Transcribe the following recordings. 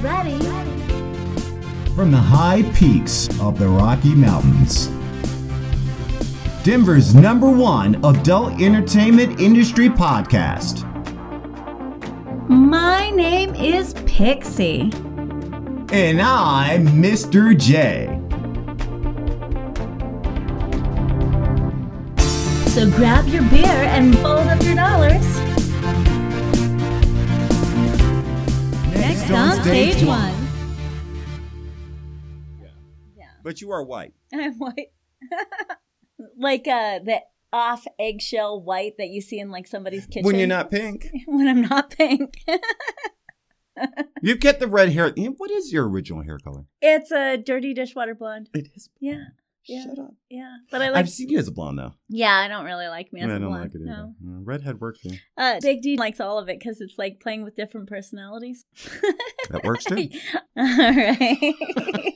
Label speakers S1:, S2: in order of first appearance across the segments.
S1: ready.
S2: From the high peaks of the Rocky Mountains, Denver's number one adult entertainment industry podcast.
S1: My name is Pixie.
S2: And I'm Mr. J.
S1: So grab your beer and fold up your dollars. Next on stage one.
S2: But you are white.
S1: I'm white. like uh, the off eggshell white that you see in like somebody's kitchen.
S2: When you're not pink,
S1: when I'm not pink.
S2: you've got the red hair. Yeah, What is your original hair color?
S1: it's a dirty dishwater blonde.
S2: It is.
S1: Yeah. Yeah.
S2: Shut up.
S1: Yeah. But I like
S2: I've seen you as a blonde though.
S1: Yeah, I don't really like me as
S2: I
S1: a
S2: don't
S1: blonde.
S2: like it either.
S1: No.
S2: Yeah, redhead works for you.
S1: Uh, Big D likes all of it because it's like playing with different personalities.
S2: That works too.
S1: all right.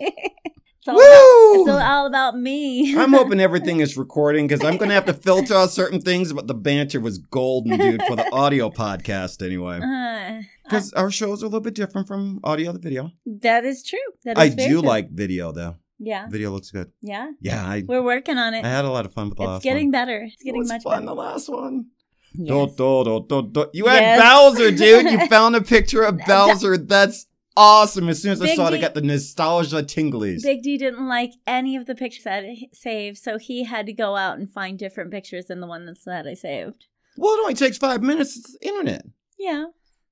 S1: it's, all about, it's
S2: Woo!
S1: all about me.
S2: I'm hoping everything is recording because I'm going to have to filter out certain things, but the banter was golden, dude, for the audio podcast anyway.
S1: Uh,
S2: Because our shows are a little bit different from audio to video.
S1: that is true. That is
S2: I
S1: very
S2: do
S1: true.
S2: like video though.
S1: Yeah.
S2: Video looks good.
S1: Yeah.
S2: Yeah, I,
S1: We're working on it.
S2: I had a lot of fun with the
S1: It's
S2: last
S1: getting
S2: one.
S1: better. It's
S2: it
S1: getting
S2: was
S1: much
S2: fun
S1: better.
S2: the last one. Do,
S1: Yes.
S2: do, do, do, do. You had
S1: Yes.
S2: Bowser, dude. You found a picture of Bowser. That's awesome. As soon as I
S1: Big
S2: saw it, I
S1: D-
S2: got the nostalgia tinglies.
S1: Big D didn't like any of the pictures that I saved, so he had to go out and find different pictures than the one that's that I saved.
S2: well, it only takes five minutes. It's the internet.
S1: Yeah.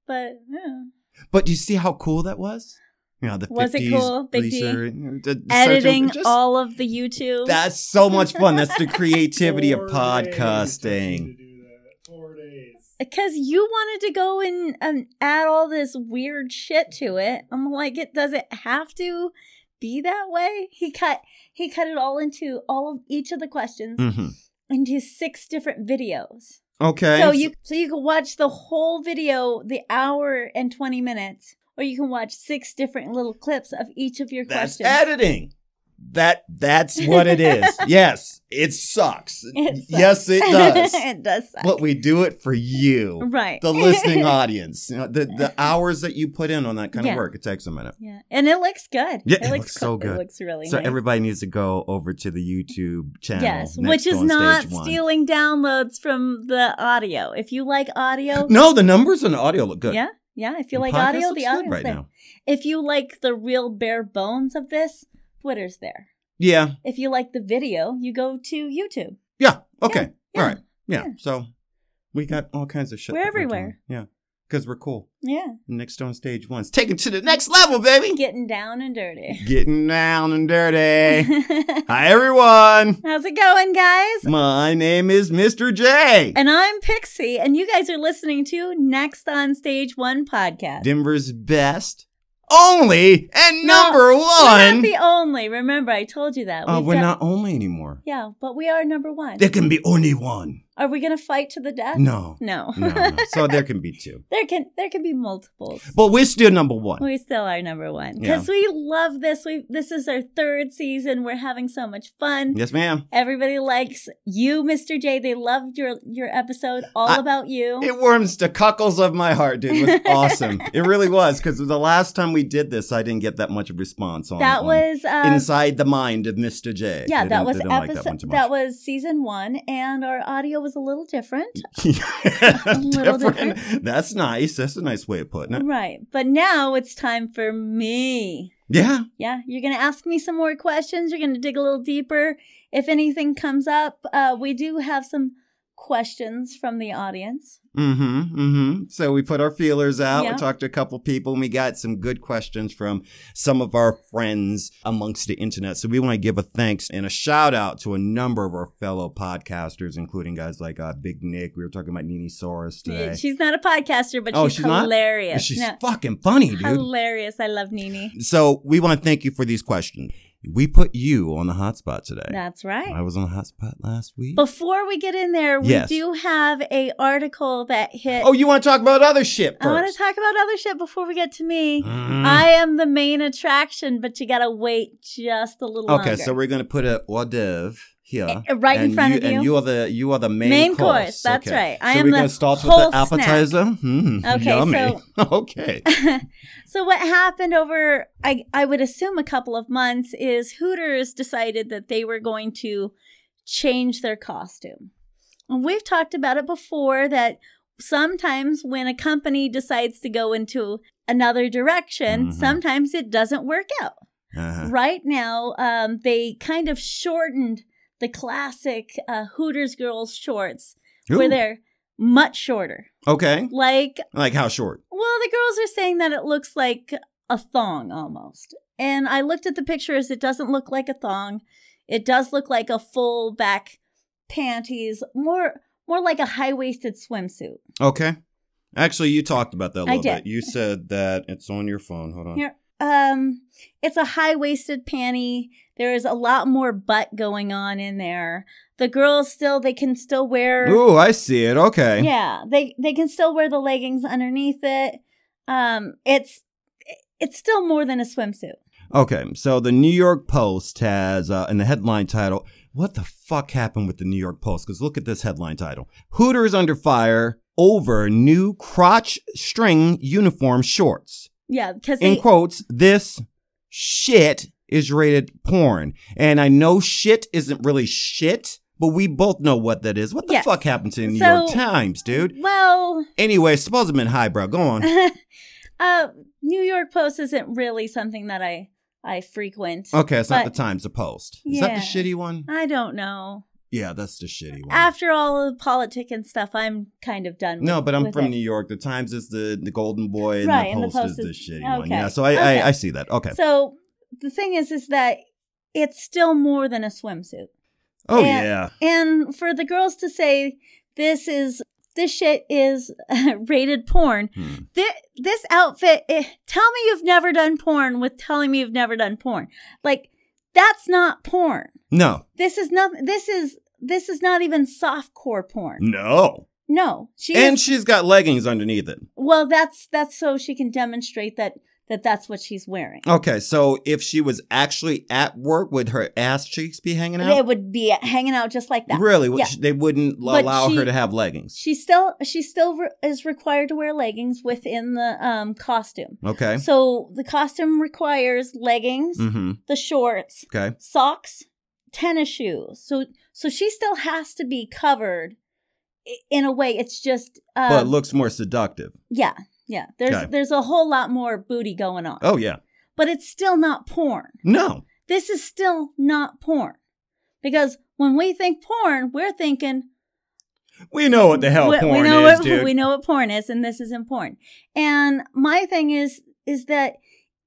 S1: But yeah.
S2: But do you see how cool that was? You know, the
S1: Was it
S2: 50s,
S1: cool, Big D?
S2: Lisa, you know, the- the search
S1: editing
S2: engine- just-
S1: all of the YouTube.
S2: That's so much fun. That's the creativity of
S3: Four days
S2: podcasting.
S3: it took you to do that. Four days.
S1: because you wanted to go and um, add all this weird shit to it. I'm like, it doesn't have to be that way. He cut he cut it all into all of each of the questions
S2: hmm
S1: into six different videos.
S2: Okay.
S1: So you so you can watch the whole video, the hour and twenty minutes, or you can watch six different little clips of each of your
S2: that's
S1: questions.
S2: editing. That that's what it is. yes, it sucks.
S1: It sucks.
S2: Yes, it does.
S1: it does. Suck.
S2: but we do it for you,
S1: right.
S2: the listening audience. You know, the the hours that you put in on that kind
S1: Yeah.
S2: of work, it takes a minute.
S1: Yeah, and it looks good.
S2: Yeah, it looks
S1: cool.
S2: so good.
S1: It looks really
S2: So
S1: nice.
S2: everybody needs to go over to the YouTube channel.
S1: yes,
S2: next
S1: which is
S2: on
S1: not
S2: stage one.
S1: stealing downloads from the audio. If you like audio,
S2: No, the numbers on the audio look good.
S1: yeah, yeah. If you
S2: The
S1: like
S2: podcast
S1: audio,
S2: looks
S1: the
S2: good
S1: audio's
S2: right
S1: there.
S2: now.
S1: If you like the real bare bones of this, Twitter's there.
S2: Yeah,
S1: If you like the video, you go to YouTube.
S2: yeah. Okay,
S1: Yeah,
S2: all right. Yeah.
S1: yeah.
S2: So we got all kinds of shit.
S1: We're
S2: that doing.
S1: everywhere.
S2: Yeah, because we're cool.
S1: Yeah,
S2: Next on stage one's taking to the next level, baby.
S1: getting down and dirty.
S2: Getting down and dirty. Hi, everyone.
S1: How's it going, guys?
S2: My name is Mr. J.
S1: And I'm Pixie, and you guys are listening to Next on Stage One podcast.
S2: Denver's best, only, and
S1: No,
S2: number
S1: We're not
S2: one.
S1: the only. Remember, I told you that.
S2: Oh,
S1: We've
S2: we're
S1: got-
S2: not only anymore.
S1: Yeah, but we are number one.
S2: There can be only one.
S1: Are we gonna fight to the death?
S2: No.
S1: Uh, No.
S2: No, no. So there can be two.
S1: there can there can be multiples.
S2: But we're still number one.
S1: We still are number one because we love this. We this is our third season. We're having so much fun.
S2: Yes, ma'am.
S1: Everybody likes you, Mr. J. They loved your your episode, all
S2: I-
S1: about you.
S2: It warms the cockles of my heart, dude. It was awesome. it really was because the last time we did this, I didn't get that much response on
S1: that
S2: on
S1: was uh,
S2: inside the mind of Mr. J.
S1: yeah, that
S2: They didn't-
S1: was
S2: they
S1: episode.
S2: didn't like that one too much.
S1: that was season one, and our audio was a little different. little
S2: different. That's nice. That's a nice way of putting it.
S1: Right, but now it's time for me.
S2: Yeah.
S1: Yeah, you're going to ask me some more questions. You're going to dig a little deeper. If anything comes up, uh, we do have some questions from the audience.
S2: Mm-hmm. Mm-hmm. So we put our feelers out.
S1: Yeah.
S2: We talked to a couple people, and we got some good questions from some of our friends amongst the internet. So we want to give a thanks and a shout out to a number of our fellow podcasters, including guys like uh, Big Nick. We were talking about Nini Soros today.
S1: She's not a podcaster, but
S2: Oh,
S1: she's,
S2: she's not? And
S1: hilarious.
S2: she's
S1: No,
S2: fucking funny, dude.
S1: hilarious. I love Nini.
S2: So we want to thank you for these questions. We put you on the hotspot today.
S1: That's right.
S2: I was on the hotspot last week.
S1: Before we get in there, we
S2: Yes.
S1: do have a article that hit.
S2: Oh, you want to talk about other shit first?
S1: I want to talk about other shit before we get to me.
S2: Mm.
S1: I am the main attraction, but you got to wait just a little
S2: okay,
S1: longer.
S2: so we're gonna put a hors d'oeuvre here.
S1: Uh, right in
S2: and
S1: front of you.
S2: And you are the you are the main,
S1: Main
S2: course.
S1: course, that's
S2: Okay.
S1: right. I
S2: so
S1: am
S2: we're
S1: the
S2: gonna start
S1: whole
S2: with the appetizer. Hmm,
S1: Okay,
S2: yummy.
S1: so-
S2: okay.
S1: so what happened over I I would assume a couple of months is Hooters decided that they were going to change their costume. And we've talked about it before that sometimes when a company decides to go into another direction,
S2: Mhm.
S1: sometimes it doesn't work out.
S2: Uh-huh.
S1: Right now, um, they kind of shortened the classic uh, Hooters girls shorts where
S2: Ooh,
S1: they're much shorter.
S2: Okay.
S1: Like
S2: Like how short?
S1: well, the girls are saying that it looks like a thong almost. And I looked at the pictures, it doesn't look like a thong. It does look like a full back panties, more more like a high-waisted swimsuit.
S2: Okay. Actually, you talked about that a
S1: I
S2: little
S1: did.
S2: bit. You said that it's on your phone. Hold on.
S1: Here. Um it's a high-waisted panty. There is a lot more butt going on in there. The girls still they can still wear
S2: Ooh, I see it. Okay.
S1: Yeah, they they can still wear the leggings underneath it. Um it's it's still more than a swimsuit.
S2: Okay. So the New York Post has, uh, in the headline title, what the fuck happened with the New York Post? Because look at this headline title Hooters under fire over new crotch string uniform shorts.
S1: Yeah, because
S2: In quotes, this shit is rated porn. And I know shit isn't really shit, but we both know what that is. What the
S1: Yes.
S2: fuck happened to the New
S1: So-
S2: York Times, dude?
S1: Well,
S2: Anyway, it's supposed to have been highbrow. Go on.
S1: uh, New York Post isn't really something that I I frequent.
S2: Okay, it's not
S1: But-
S2: the Times, the Post. Is that
S1: Yeah. Uh,
S2: the shitty one?
S1: I don't know.
S2: Yeah, that's the shitty one.
S1: After all the politic and stuff, I'm kind of done.
S2: no,
S1: with-
S2: but I'm
S1: with
S2: from
S1: it.
S2: New York. The Times is the, the golden boy, and,
S1: Right,
S2: the, Post is, the shitty one.
S1: okay,
S2: Yeah, so I,
S1: okay.
S2: I, I see that. Okay.
S1: So the thing is, is that it's still more than a swimsuit.
S2: oh,
S1: and-
S2: yeah.
S1: And for the girls to say this is this shit is rated porn.
S2: Hmm.
S1: This, this outfit. eh, tell me you've never done porn with telling me you've never done porn. Like that's not porn.
S2: No.
S1: this is not this is this is not even softcore porn
S2: No.
S1: no she
S2: And
S1: is,
S2: she's got leggings underneath it.
S1: well that's that's so she can demonstrate that that that's what she's wearing
S2: Okay, so if she was actually at work, would her ass cheeks be hanging
S1: it
S2: out?
S1: would be hanging out just like that
S2: Really? Would
S1: Yeah.
S2: she- They wouldn't l-
S1: But
S2: allow
S1: she-
S2: her to have leggings.
S1: she still she still re- is required to wear leggings within the um costume
S2: Okay.
S1: so the costume requires leggings
S2: Mm-hmm.
S1: the shorts
S2: Okay.
S1: socks tennis shoes so so she still has to be covered i- in a way it's just um,
S2: but it looks more seductive.
S1: Yeah, yeah. There's
S2: Okay.
S1: there's a whole lot more booty going on.
S2: Oh yeah.
S1: But it's still not porn.
S2: No.
S1: This is still not porn. Because when we think porn, we're thinking
S2: We know what the hell
S1: we, we
S2: porn
S1: know
S2: is,
S1: what
S2: dude.
S1: we know what porn is and this isn't porn. And my thing is is that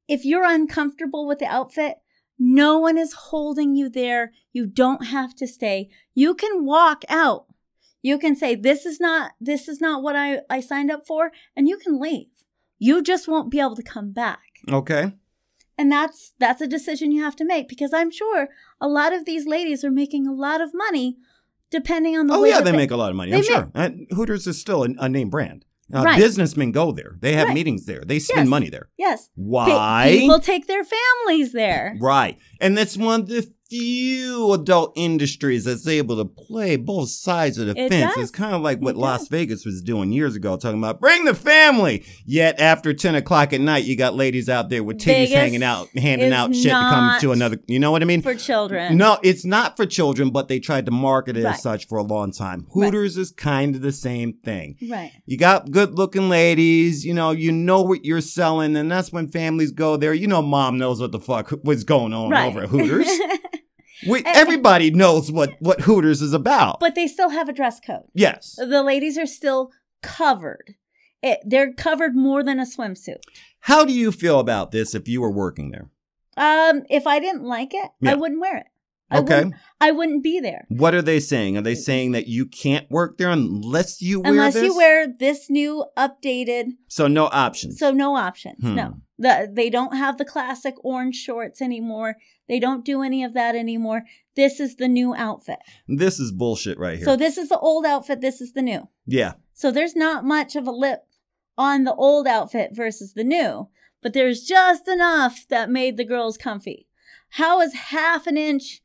S1: if you're uncomfortable with the outfit, no one is holding you there. You don't have to stay. You can walk out. You can say this is not this is not what I I signed up for and you can leave. You just won't be able to come back.
S2: Okay.
S1: And that's that's a decision you have to make because I'm sure a lot of these ladies are making a lot of money depending on the
S2: Oh
S1: way
S2: yeah,
S1: that
S2: they make a lot of money.
S1: they
S2: I'm
S1: make-
S2: sure. And Hooters is still an unnamed brand. Uh,
S1: Right.
S2: Businessmen go there. They have
S1: Right.
S2: meetings there. They
S1: Yes.
S2: spend money there.
S1: Yes. Pe-
S2: Why?
S1: People take their families there.
S2: Right. And that's one of the few adult industries that's able to play both sides of the
S1: It
S2: fence.
S1: does.
S2: It's kind of like what
S1: It
S2: Las Vegas was doing years ago, talking about bring the family. Yet after 10 o'clock at night, you got ladies out there with titties
S1: Vegas
S2: hanging out, handing
S1: is
S2: out shit to come
S1: not
S2: to another. You know what I mean?
S1: For children.
S2: No, it's not for children, but they tried to market it
S1: Right.
S2: as such for a long time.
S1: Right.
S2: Hooters is kind of the same thing.
S1: Right.
S2: You got good looking ladies, you know, you know what you're selling, and that's when families go there. You know, mom knows what the fuck was going on
S1: right.
S2: over at Hooters. we, everybody knows what, what Hooters is about.
S1: but Uh, they still have a dress code.
S2: yes.
S1: The ladies are still covered. It, they're covered more than a swimsuit.
S2: How do you feel about this if you were working there?
S1: Um, if I didn't like it,
S2: Yeah.
S1: I wouldn't wear it. I
S2: Okay.
S1: Wouldn't, I wouldn't be there
S2: What are they saying? Are they saying that you can't work there unless you wear
S1: unless
S2: this?
S1: you wear this new updated.
S2: So no options.
S1: So no options.
S2: Hmm.
S1: No, the, they don't have the classic orange shorts anymore. They don't do any of that anymore. This is the new outfit.
S2: this is bullshit right here.
S1: So this is the old outfit. This is the new.
S2: yeah.
S1: So there's not much of a lip on the old outfit versus the new, but there's just enough that made the girls comfy. How is half an inch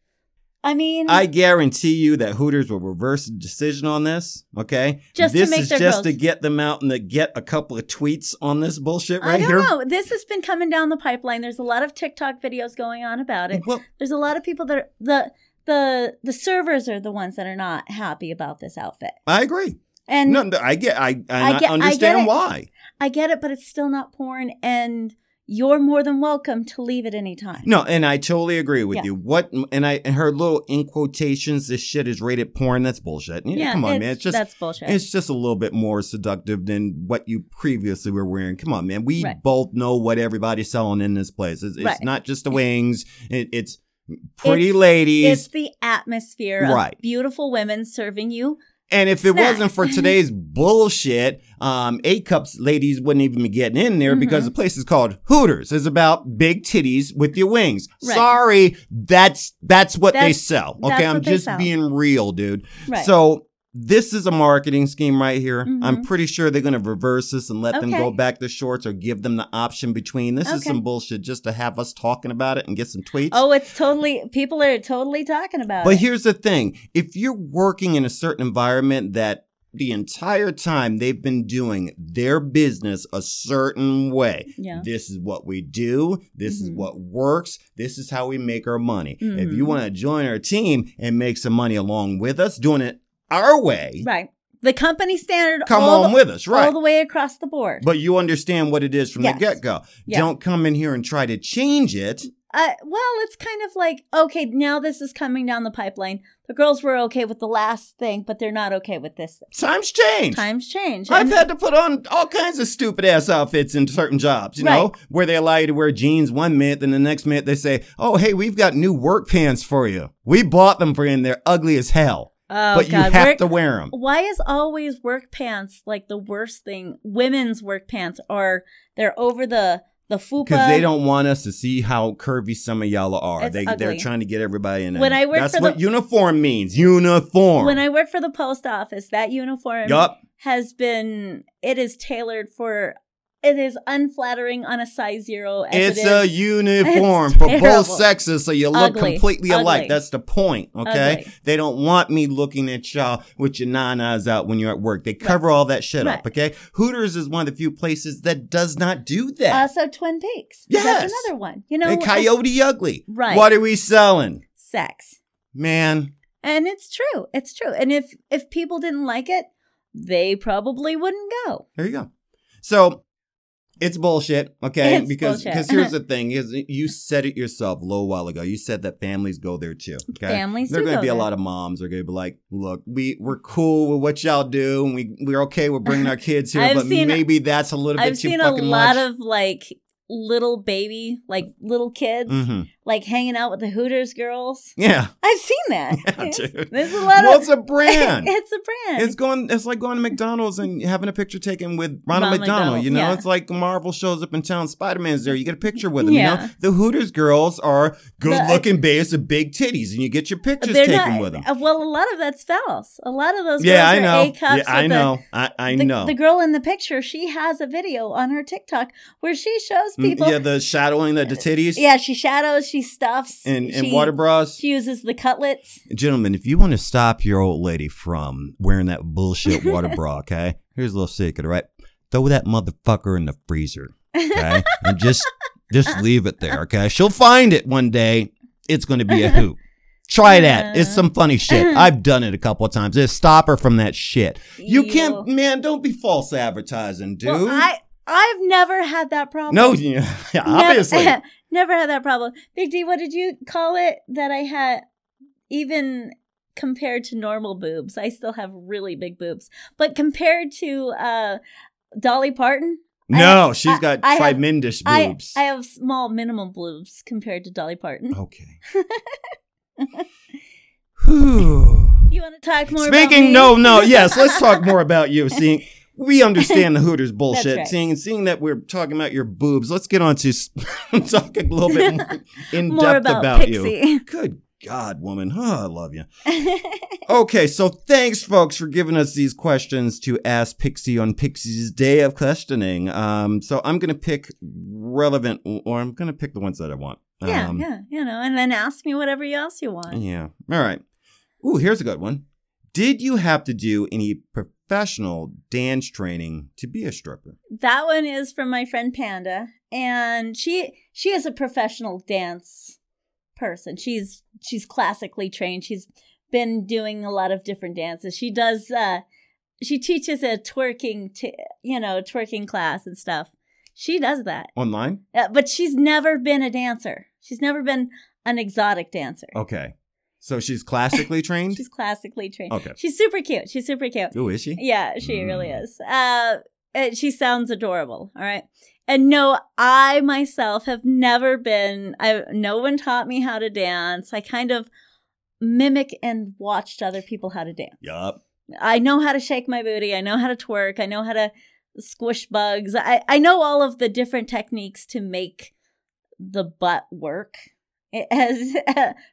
S1: I mean,
S2: I guarantee you that Hooters will reverse the decision on this. Okay,
S1: Just to
S2: this
S1: make
S2: is
S1: their
S2: just
S1: girls-
S2: to get them out and to get a couple of tweets on this bullshit
S1: I
S2: right
S1: don't
S2: here.
S1: know. This has been coming down the pipeline. There's a lot of TikTok videos going on about it.
S2: Well,
S1: There's a lot of people that are, the the the servers are the ones that are not happy about this outfit.
S2: I agree.
S1: And
S2: No, no, I get. I and
S1: I
S2: I,
S1: get- I
S2: understand
S1: get it.
S2: why.
S1: I get it, but it's still not porn and you're more than welcome to leave at any time.
S2: No, and I totally agree with
S1: Yeah.
S2: you. What and I and her little in quotations, this shit is rated porn. That's bullshit. Yeah, come on, man. It's just
S1: that's bullshit.
S2: It's just a little bit more seductive than what you previously were wearing. Come on, man. We
S1: Right.
S2: both know what everybody's selling in this place. It's, it's
S1: Right.
S2: not just the wings. It, it's pretty
S1: It's-
S2: ladies.
S1: it's the atmosphere
S2: Right.
S1: of beautiful women serving you.
S2: and if it
S1: snack.
S2: wasn't for today's bullshit, um, A cups ladies wouldn't even be getting in there because
S1: Mhm.
S2: the place is called Hooters. It's about big titties with your wings.
S1: Right.
S2: Sorry, that's that's what they
S1: That's-
S2: sell.
S1: that's
S2: Okay,
S1: what
S2: I'm
S1: they
S2: just
S1: sell.
S2: being real, dude.
S1: Right.
S2: So this is a marketing scheme right here. I'm
S1: Mhm.
S2: pretty sure they're going to reverse this and let them go
S1: Okay.
S2: back to shorts or give them the option between. This is
S1: Okay.
S2: some bullshit just to have us talking about it and get some tweets.
S1: oh, it's totally people are totally talking about
S2: but
S1: it.
S2: here's the thing. If you're working in a certain environment that the entire time they've been doing their business a certain way,
S1: yeah.
S2: this is what we do. This is
S1: Mhm.
S2: what works. This is how we make our money. If you
S1: Mhm.
S2: want to join our team and make some money along with us, doing it our way,
S1: Right. The company standard
S2: come
S1: all
S2: on
S1: the,
S2: with us,
S1: all
S2: right?
S1: the way across the board.
S2: But you understand what it is from
S1: Yes.
S2: the get go.
S1: Yeah.
S2: Don't come in here and try to change it.
S1: uh, well, it's kind of like okay, now this is coming down the pipeline. The girls were okay with the last thing, but they're not okay with this.
S2: Times change.
S1: Times change.
S2: I've
S1: And-
S2: had to put on all kinds of stupid ass outfits in certain jobs, you know, where they allow you to wear jeans one minute, then the next minute they say, "Oh, hey, we've got new work pants for you. We bought them for you, and they're ugly as hell,
S1: oh God,
S2: but you have
S1: work-
S2: to wear them."
S1: Why is always work pants like the worst thing? Women's work pants are they're over the the fupa.
S2: Because they don't want us to see how curvy some of y'all are.
S1: It's
S2: They they're
S1: ugly.
S2: trying to get everybody in.
S1: When
S2: there.
S1: I worked
S2: that's
S1: for
S2: what
S1: the-
S2: uniform means. Uniform.
S1: When I worked for the post office, that uniform
S2: yup.
S1: has been it is tailored for it is unflattering on a size zero. As
S2: It's
S1: it
S2: a
S1: is
S2: uniform
S1: It's
S2: for both
S1: terrible.
S2: sexes, so you look
S1: Ugly.
S2: completely alike.
S1: Ugly.
S2: That's the point. Okay.
S1: Ugly.
S2: They don't want me looking at y'all with your nine eyes out when you're at work. They cover all that shit up.
S1: Right.
S2: Okay. Hooters is one of the few places that does not do that.
S1: also Twin Peaks.
S2: Yes.
S1: that's another one. You know,
S2: and Coyote Ugly.
S1: Right.
S2: What are we selling,
S1: sex.
S2: man?
S1: And it's true. It's true. And if if people didn't like it, they probably wouldn't go.
S2: There you go. So it's bullshit, okay?
S1: It's
S2: because
S1: bullshit.
S2: because here's the thing is you said it yourself a little while ago. You said that families go there too. Okay.
S1: Families
S2: There are
S1: do
S2: going to
S1: go
S2: be a
S1: there.
S2: lot of moms are going to be like, "Look, we we're cool with what y'all do, and we we're okay with bringing our kids here,
S1: I've
S2: but
S1: seen-
S2: maybe that's a little
S1: I've
S2: bit too
S1: seen a
S2: fucking
S1: lot
S2: much."
S1: of like little baby, like little kids,
S2: Mhm.
S1: like hanging out with the Hooters girls.
S2: Yeah,
S1: I've seen that.
S2: yeah,
S1: Yes.
S2: dude.
S1: There's a lot
S2: Well,
S1: of
S2: it's a brand.
S1: it's a brand.
S2: It's going. It's like going to McDonald's and having a picture taken with Ronald,
S1: Ronald
S2: McDonald.
S1: McDonald,
S2: You know,
S1: yeah.
S2: it's like Marvel shows up in town. Spider Man's there. You get a picture with him. You
S1: Yeah.
S2: know, the Hooters girls are good
S1: The- uh,
S2: looking babes with big titties, and you get your pictures
S1: They're
S2: taken
S1: not-
S2: with them.
S1: uh, Well, a lot of that's false. A lot of those
S2: Yeah,
S1: girls
S2: I
S1: are
S2: know.
S1: A cups.
S2: Yeah, I
S1: with the-
S2: know. I, I
S1: the,
S2: know.
S1: the girl in the picture, she has a video on her TikTok where she shows
S2: Mm,
S1: people.
S2: yeah, the shadowing the, the titties.
S1: yeah, she shadows, she stuffs,
S2: And, and
S1: she-
S2: water bras.
S1: She uses the cutlets.
S2: Gentlemen, if you want to stop your old lady from wearing that bullshit water bra, okay, here's a little secret, all right? Throw that motherfucker in the freezer, okay, and just just leave it there, okay? She'll find it one day. It's going to be a hoop. Try that. It's some funny shit.
S1: Uh-huh.
S2: I've done it a couple of times. Just stop her from that shit. You can't,
S1: Ew.
S2: man. Don't be false advertising, dude.
S1: Well, I I've never had that problem.
S2: no, yeah,
S1: Never-
S2: obviously.
S1: never had that problem. Big D, what did you call it that I had? Even compared to normal boobs, I still have really big boobs. But compared to uh, Dolly Parton,
S2: no, she's
S1: I-
S2: got
S1: I have-
S2: tremendous
S1: I
S2: boobs.
S1: I have small minimum boobs compared to Dolly Parton.
S2: Okay. Whew.
S1: You want to talk more? about
S2: Speaking,
S1: me?
S2: no, no, yes, let's talk more about you. Seeing we understand the Hooters bullshit.
S1: right.
S2: Seeing seeing that we're talking about your boobs, let's get on to s- talk a little bit more in
S1: more
S2: depth
S1: about,
S2: you.
S1: Pixie.
S2: Good God, woman, oh, I love you. Okay, so thanks, folks, for giving us these questions to ask Pixie on Pixie's Day of Questioning. Um, so I'm gonna pick relevant, or I'm gonna pick the ones that I want.
S1: Yeah,
S2: Um,
S1: yeah, you know, and then ask me whatever else you want.
S2: Yeah. All right. Ooh, here's a good one. Did you have to do any professional dance training to be a stripper?
S1: That one is from my friend Panda, and she she is a professional dance person. She's she's classically trained. She's been doing a lot of different dances. She does uh she teaches a twerking t- you know, twerking class and stuff. She does that.
S2: Online?
S1: Uh, but she's never been a dancer. She's never been an exotic dancer.
S2: Okay. So she's classically trained?
S1: She's classically trained.
S2: Okay.
S1: She's super cute. She's super cute.
S2: Ooh, is she?
S1: Yeah, she really
S2: Mm.
S1: is. Uh, and she sounds adorable. All right. And no, I myself have never been. I no one taught me how to dance. I kind of mimic and watched other people how to dance.
S2: Yup.
S1: I know how to shake my booty. I know how to twerk. I know how to squish bugs. I, I know all of the different techniques to make the butt work eh, as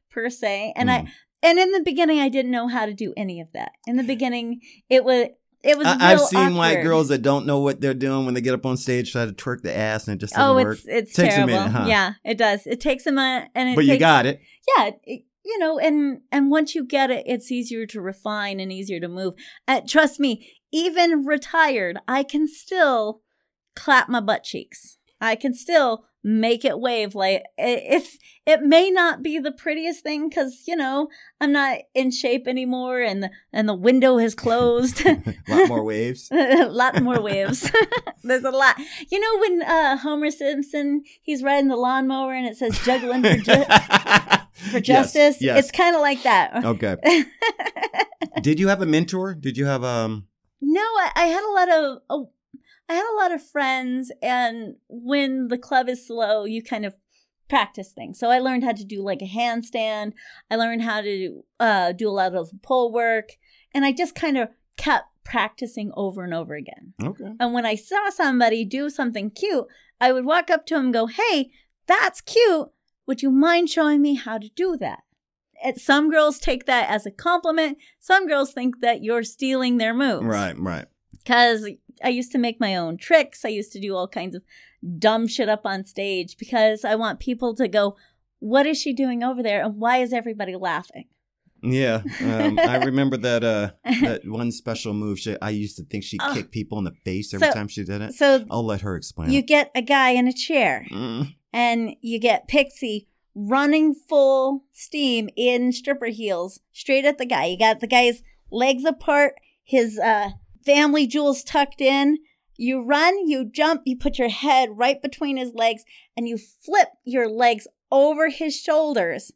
S1: per se. And
S2: Mm.
S1: I and in the beginning I didn't know how to do any of that. In the beginning it was it was
S2: I- I've
S1: real
S2: seen white
S1: awkward.
S2: girls that don't know what they're doing when they get up on stage, try to twerk the ass, and it just doesn't
S1: Oh,
S2: work.
S1: it's it's
S2: Takes a
S1: terrible.
S2: minute, huh?
S1: Yeah, it does. It takes a minute, and it
S2: But
S1: takes,
S2: you got it.
S1: yeah it, you know and and once you get it it's easier to refine and easier to move uh, trust me even retired i can still clap my butt cheeks i can still make it wave like i- if it may not be the prettiest thing because you know i'm not in shape anymore and the, and the window has closed
S2: A lot more waves.
S1: a lot more waves. There's a lot. You know when uh, Homer Simpson he's riding the lawnmower and it says juggling for, ju- for
S2: for
S1: justice.
S2: Yes. yes.
S1: It's kind of like that.
S2: okay. Did you have a mentor? Did you have um?
S1: no, I, I had a lot of oh, I had a lot of friends, and when the club is slow, you kind of practice things. So I learned how to do like a handstand. I learned how to uh, do a lot of pole work, and I just kind of kept practicing over and over again.
S2: Okay.
S1: And when I saw somebody do something cute, I would walk up to him and go, Hey, that's cute. Would you mind showing me how to do that? And some girls take that as a compliment. Some girls think that you're stealing their moves.
S2: Right. Right.
S1: Because I used to make my own tricks. I used to do all kinds of dumb shit up on stage because I want people to go, What is she doing over there? And why is everybody laughing?
S2: Yeah, um, I remember that uh, that one special move. She, I used to think she
S1: Ugh.
S2: kicked people in the face every
S1: So-
S2: time she did it.
S1: So
S2: I'll let her explain.
S1: you
S2: it.
S1: get a guy in a chair.
S2: Mm.
S1: and you get Pixie running full steam in stripper heels straight at the guy. You got the guy's legs apart, his uh, family jewels tucked in. You run, you jump, you put your head right between his legs, and you flip your legs over his shoulders,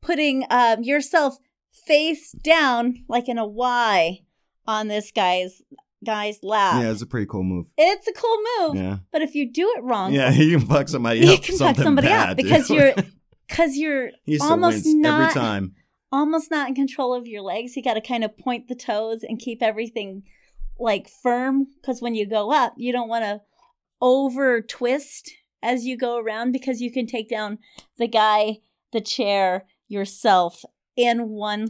S1: putting um, yourself face down like in a Y on this guy's guy's lap.
S2: Yeah, it's a pretty cool move.
S1: It's a cool move,
S2: Yeah,
S1: but if you do it wrong,
S2: yeah, you can fuck somebody
S1: Oh, you
S2: up.
S1: can fuck
S2: something
S1: somebody
S2: bad,
S1: up because
S2: dude.
S1: you're because you're
S2: He used to
S1: almost
S2: wince
S1: not-
S2: every time.
S1: almost not in control of your legs you got to kind of point the toes and keep everything like firm because when you go up you don't want to over twist as you go around because you can take down the guy the chair yourself in one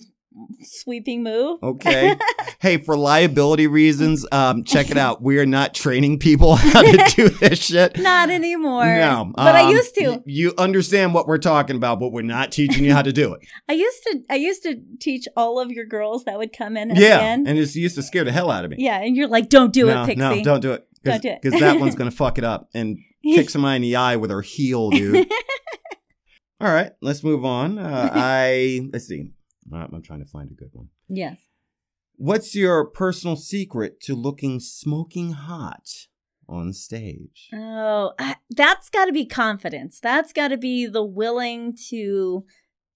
S1: sweeping move
S2: Okay. hey, for liability reasons, um, check it out. We are not training people how to do this shit.
S1: not anymore
S2: No,
S1: but i
S2: um,
S1: used to
S2: y- you understand what we're talking about, but we're not teaching you how to do it.
S1: i used to i used to teach all of your girls that would come in at
S2: yeah,
S1: the end
S2: and it used to scare the hell out of me.
S1: yeah and you're like don't do
S2: no,
S1: it pixie
S2: No, don't do it.
S1: Don't do it.
S2: Because that one's going to fuck it up and kick somebody in the eye with her heel, dude. All right, let's move on. Uh, I let's see. Uh, I'm trying to find a good one.
S1: yes
S2: What's your personal secret to looking smoking hot on stage?
S1: Oh, I- that's got to be confidence. That's got to be the willing to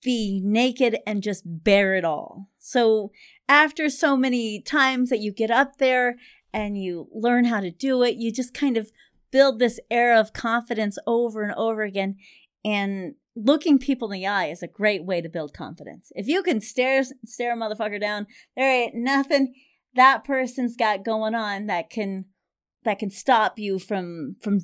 S1: be naked and just bear it all. So, after so many times that you get up there and you learn how to do it, you just kind of build this air of confidence over and over again. And looking people in the eye is a great way to build confidence. If you can stare stare a motherfucker down, there ain't nothing that person's got going on that can that can stop you from from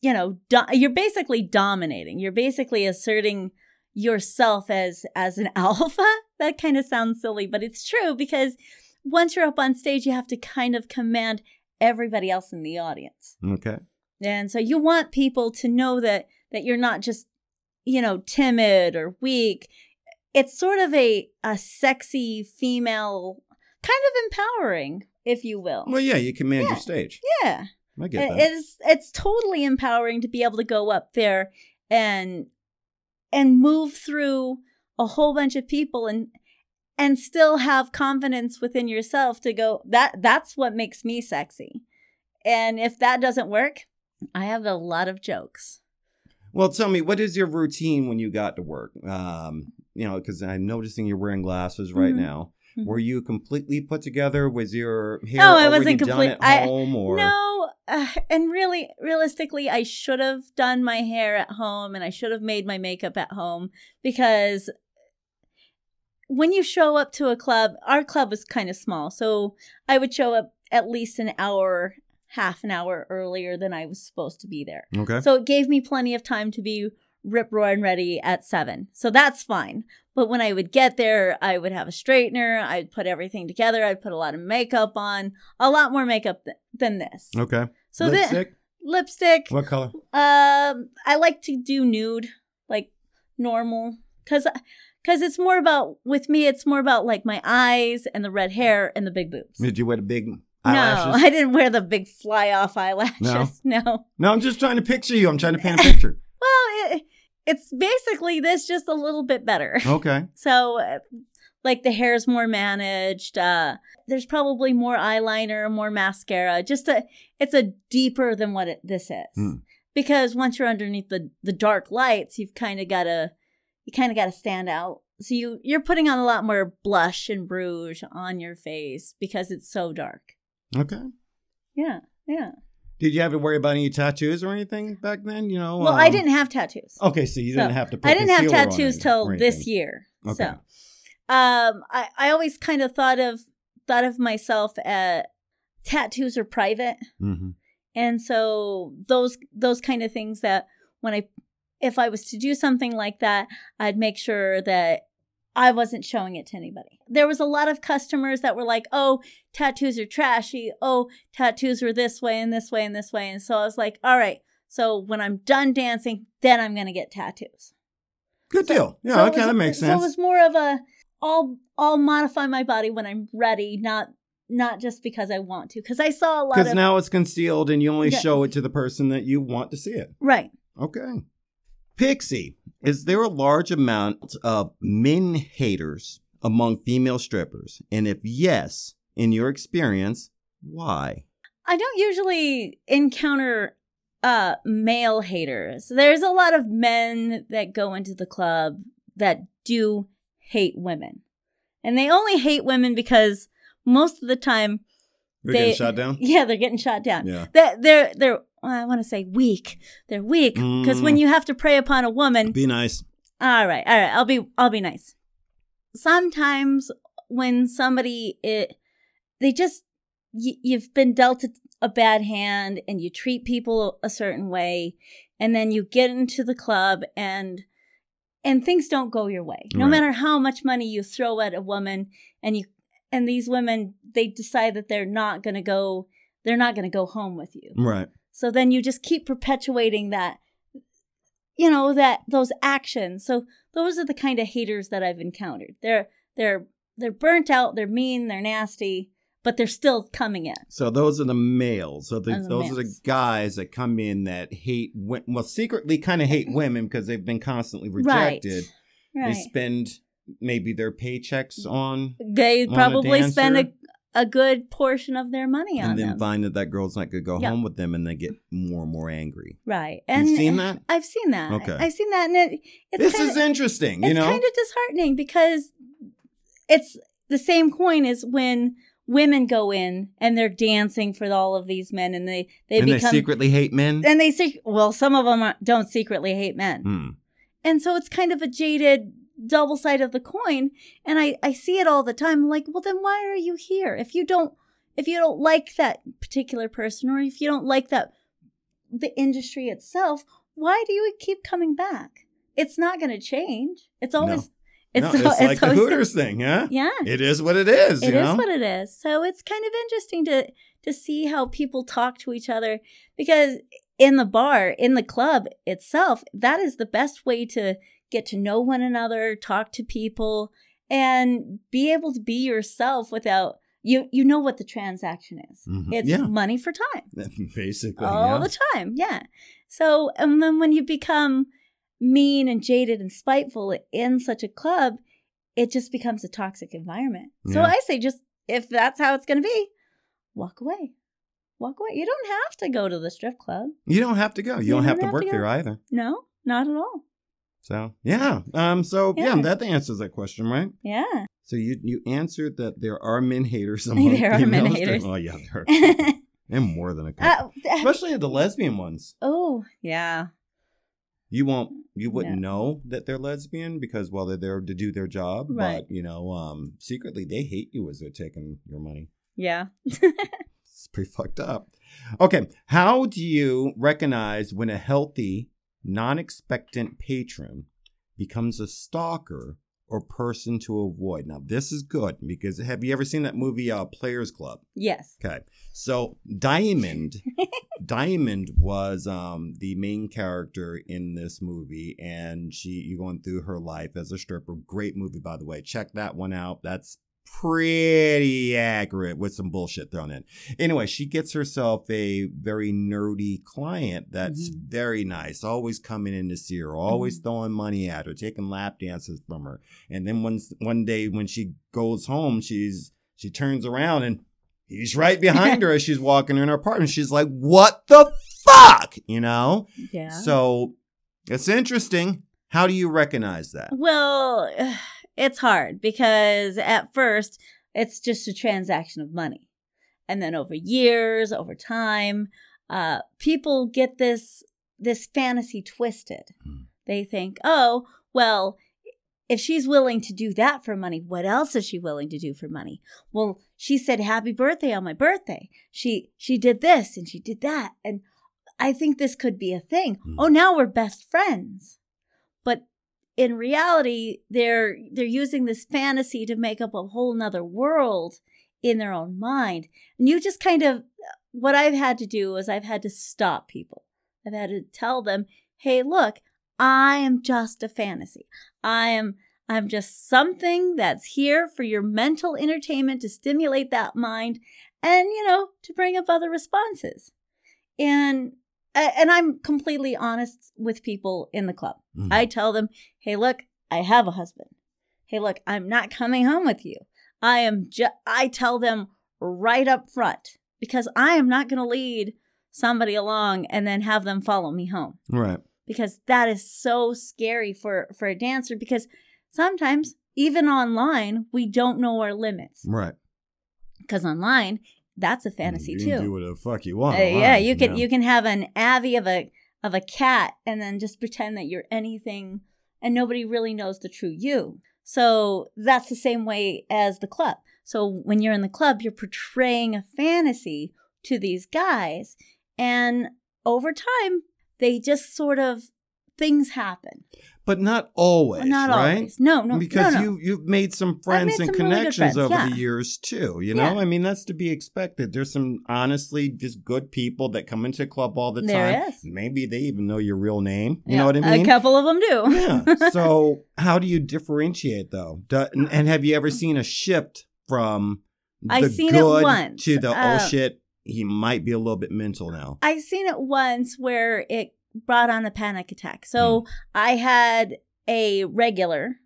S1: you know do- you're basically dominating you're basically asserting yourself as as an alpha that kind of sounds silly but it's true because once you're up on stage you have to kind of command everybody else in the audience
S2: Okay.
S1: and so you want people to know that that you're not just you know, timid or weak. It's sort of a a sexy female kind of empowering, if you will.
S2: Well, yeah, you command your
S1: Yeah.
S2: stage.
S1: Yeah.
S2: I get that.
S1: It's it's totally empowering to be able to go up there and and move through a whole bunch of people and and still have confidence within yourself to go that that's what makes me sexy. And if that doesn't work, I have a lot of jokes.
S2: Well, tell me, what is your routine when you got to work? Um, you know, because I'm noticing you're wearing glasses right
S1: Mhm.
S2: now. Were you completely put together? Was your hair
S1: No, I
S2: already
S1: wasn't complete-
S2: done
S1: I-
S2: at home? or
S1: No, uh, and really, realistically, I should have done my hair at home and I should have made my makeup at home because when you show up to a club, our club was kind of small. So I would show up at least an hour, half an hour earlier than I was supposed to be there.
S2: Okay.
S1: So it gave me plenty of time to be rip roaring ready at seven. So that's fine. But when I would get there, I would have a straightener. I'd put everything together. I'd put a lot of makeup on, a lot more makeup th- than this.
S2: Okay.
S1: So then
S2: Lipstick?
S1: lipstick.
S2: what color?
S1: Um, I like to do nude, like normal, cause, cause it's more about with me. It's more about like my eyes and the red hair and the big boobs.
S2: Did you wear the big
S1: No,
S2: eyelashes?
S1: I didn't wear the big fly off eyelashes. no.
S2: No, I'm just trying to picture you. I'm trying to paint a picture.
S1: Well, it, it's basically this just a little bit better.
S2: Okay.
S1: So, uh, like the hair's more managed. Uh, there's probably more eyeliner, more mascara. Just a, it's a deeper than what it, this is.
S2: Hmm.
S1: Because once you're underneath the the dark lights, you've kind of got to, you kind of got to stand out. So you you're putting on a lot more blush and rouge on your face because it's so dark.
S2: Okay.
S1: Yeah, yeah.
S2: Did you have to worry about any tattoos or anything back then? You know.
S1: well, I
S2: um,
S1: didn't have tattoos.
S2: Okay, so you
S1: So,
S2: didn't have to. Put
S1: I didn't have
S2: concealer on
S1: tattoos
S2: it
S1: till
S2: or
S1: this
S2: anything.
S1: year. So
S2: Okay.
S1: um I, I always kind of thought of thought of myself at tattoos are private.
S2: Mhm.
S1: And so those those kind of things that when I if I was to do something like that, I'd make sure that I wasn't showing it to anybody. There was a lot of customers that were like, "Oh, tattoos are trashy. Oh, tattoos are this way and this way and this way." And so I was like, "All right, so when I'm done dancing, then I'm going to get tattoos."
S2: Good
S1: So-
S2: deal. Yeah,
S1: so it
S2: okay,
S1: was-
S2: that makes sense.
S1: So it was more of a I'll I'll modify my body when I'm ready, not not just because I want to. Because I saw a lot
S2: Because
S1: of
S2: now it's concealed and you only
S1: Yeah.
S2: show it to the person that you want to see it.
S1: right.
S2: Okay. Pixie, is there a large amount of men haters among female strippers? And if yes, in your experience, why?
S1: I don't usually encounter uh male haters. There's a lot of men that go into the club that do hate women. And they only hate women because most of the time,
S2: They're
S1: They-
S2: getting shot down?
S1: yeah, they're getting shot down.
S2: Yeah.
S1: That they're they're well, I want to say weak. They're weak because when
S2: Mm.
S1: you have to prey upon a woman,
S2: Be nice.
S1: All right, all right. I'll be I'll be nice. Sometimes when somebody it they just y- you've been dealt a- a bad hand and you treat people a certain way and then you get into the club and and things don't go your way. No
S2: Right.
S1: matter how much money you throw at a woman and you and these women they decide that they're not going to go they're not going to go home with you.
S2: Right.
S1: So then you just keep perpetuating that, you know, that those actions. So those are the kind of haters that I've encountered. They're they're they're burnt out. They're mean. They're nasty, but they're still coming in.
S2: So those are the males. So the,
S1: Those are the
S2: those are the
S1: males.
S2: guys that come in that hate, wo- well, secretly kind of hate women because they've been constantly rejected.
S1: Mm-hmm. Right. Mm-hmm.
S2: They spend maybe their paychecks on
S1: They
S2: on a
S1: probably spend
S2: dancer.
S1: a a good portion of their money on
S2: and then
S1: them.
S2: find that that girl's not going to go
S1: Yeah.
S2: home with them and they get more and more angry.
S1: right.
S2: You've
S1: And
S2: seen that?
S1: I've seen that.
S2: Okay.
S1: I've seen that, and it, it's
S2: this
S1: kinda,
S2: is interesting, you
S1: it's
S2: know?
S1: kind of disheartening because it's the same coin as when women go in and they're dancing for all of these men and they they
S2: and
S1: become
S2: they secretly hate men?
S1: and they sec- well some of them are, don't secretly hate men
S2: Hmm.
S1: and so it's kind of a jaded double side of the coin and i i see it all the time like well then why are you here if you don't if you don't like that particular person or if you don't like that the industry itself why do you keep coming back it's not going to change it's always
S2: No,
S1: it's,
S2: it's
S1: al-
S2: like
S1: it's
S2: the
S1: always
S2: Hooters thing, huh?
S1: yeah
S2: It is what it is,
S1: it
S2: you
S1: is
S2: know?
S1: what it is so it's kind of interesting to to see how people talk to each other because in the bar, in the club itself, that is the best way to get to know one another, talk to people, and be able to be yourself without you you know what the transaction is.
S2: Mhm.
S1: It's
S2: Yeah.
S1: money for time.
S2: Basically,
S1: All
S2: yeah.
S1: the time. Yeah. So and then when you become mean and jaded and spiteful in such a club, it just becomes a toxic environment. So
S2: Yeah.
S1: I say just if that's how it's gonna be, walk away. Walk away. You don't have to go to the strip club.
S2: you don't have to go. You,
S1: You
S2: don't
S1: don't
S2: have to
S1: have to
S2: work
S1: go.
S2: there either.
S1: No, not at all.
S2: So yeah. Um. So yeah.
S1: Yeah.
S2: that answers that question, right?
S1: Yeah.
S2: So you you answered that there are men haters.
S1: There
S2: among
S1: are men
S2: females.
S1: haters.
S2: Oh yeah, there are.
S1: Uh,
S2: and more than a couple, especially the lesbian ones.
S1: oh, yeah.
S2: You won't you wouldn't know that they're lesbian because well they're there to do their job,
S1: Right.
S2: but you know um secretly they hate you as they're taking your money.
S1: Yeah.
S2: It's pretty fucked up. Okay, how do you recognize when a healthy, non-expectant patron becomes a stalker or person to avoid? Now this is good because have you ever seen that movie uh, Players Club?
S1: Yes.
S2: Okay. So Diamond Diamond was um the main character in this movie and she you going through her life as a stripper. Great movie by the way. Check that one out. That's pretty accurate with some bullshit thrown in. Anyway, she gets herself a very nerdy client that's
S1: Mhm.
S2: very nice, always coming in to see her, always throwing money at her, taking lap dances from her. And then one one day when she goes home, she's she turns around and he's right behind her as she's walking in her apartment. She's like, "What the fuck?" You know.
S1: Yeah.
S2: So it's interesting. How do you recognize that?
S1: Well, it's hard because at first it's just a transaction of money. And then over years, over time, uh, people get this this fantasy twisted.
S2: Hmm.
S1: They think, oh, well, if she's willing to do that for money, what else is she willing to do for money? Well, she said happy birthday on my birthday. She she did this and she did that. And I think this could be a thing.
S2: Hmm.
S1: Oh, now we're best friends. But in reality, they're they're using this fantasy to make up a whole nother world in their own mind. And you just kind of what I've had to do is I've had to stop people. I've had to tell them, "Hey, look, I am just a fantasy. I am I'm just something that's here for your mental entertainment to stimulate that mind and, you know, to bring up other responses." And a- and I'm completely honest with people in the club. Mm.
S2: Mm.
S1: I tell them, "Hey, look, I have a husband. Hey, look, I'm not coming home with you. I am ju- I tell them right up front because I am not going to lead somebody along and then have them follow me home
S2: right.
S1: because that is so scary for for a dancer because sometimes even online we don't know our limits
S2: Right.
S1: because online that's a fantasy
S2: you
S1: too.
S2: can Do whatever the fuck you want.
S1: Uh, yeah,
S2: online,
S1: you can you can have an avi of a of a cat and then just pretend that you're anything and nobody really knows the true you. So that's the same way as the club. So when you're in the club, you're portraying a fantasy to these guys and over time they just sort of things happen.
S2: but not always.
S1: Not
S2: right?
S1: always. No, no.
S2: because
S1: no, no.
S2: you you've made some friends
S1: made
S2: and
S1: some really good
S2: connections
S1: friends,
S2: over
S1: yeah.
S2: the years too. You know,
S1: Yeah.
S2: I mean that's to be expected. There's some honestly just good people that come into the club all the
S1: There
S2: time.
S1: is.
S2: Maybe they even know your real name. You
S1: Yeah,
S2: know what I mean?
S1: A couple of them do.
S2: yeah. So how do you differentiate though? Do, and- and have you ever seen a shift from the
S1: I've seen it
S2: good
S1: once.
S2: to the oh
S1: Uh,
S2: shit? He might be a little bit mental now.
S1: I've seen it once where it brought on a panic attack. So I had a regular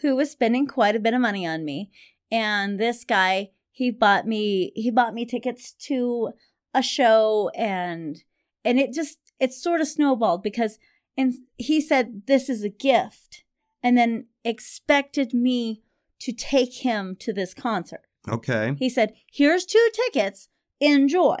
S1: who was spending quite a bit of money on me, and this guy he bought me he bought me tickets to a show, and and it just it sort of snowballed because and he said this is a gift, and then expected me to take him to this concert.
S2: Okay.
S1: He said, Here's two tickets. Enjoy.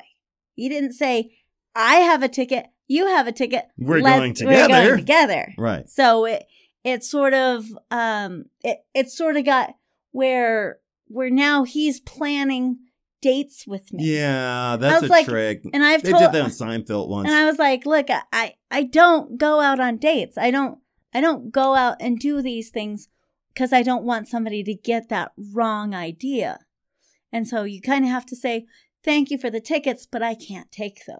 S1: He didn't say, I have a ticket. You have a ticket.
S2: We're
S1: let's-
S2: going
S1: We're
S2: together."
S1: going together.
S2: Right.
S1: So it it sort of um it, it sort of got where where now he's planning dates with me.
S2: Yeah, that's
S1: was
S2: a
S1: like-
S2: trick.
S1: And I've
S2: They
S1: told
S2: did that on Seinfeld once.
S1: and I was like, look, I- I I don't go out on dates. I don't I don't go out and do these things because I don't want somebody to get that wrong idea. And so you kind of have to say, thank you for the tickets, but I can't take those.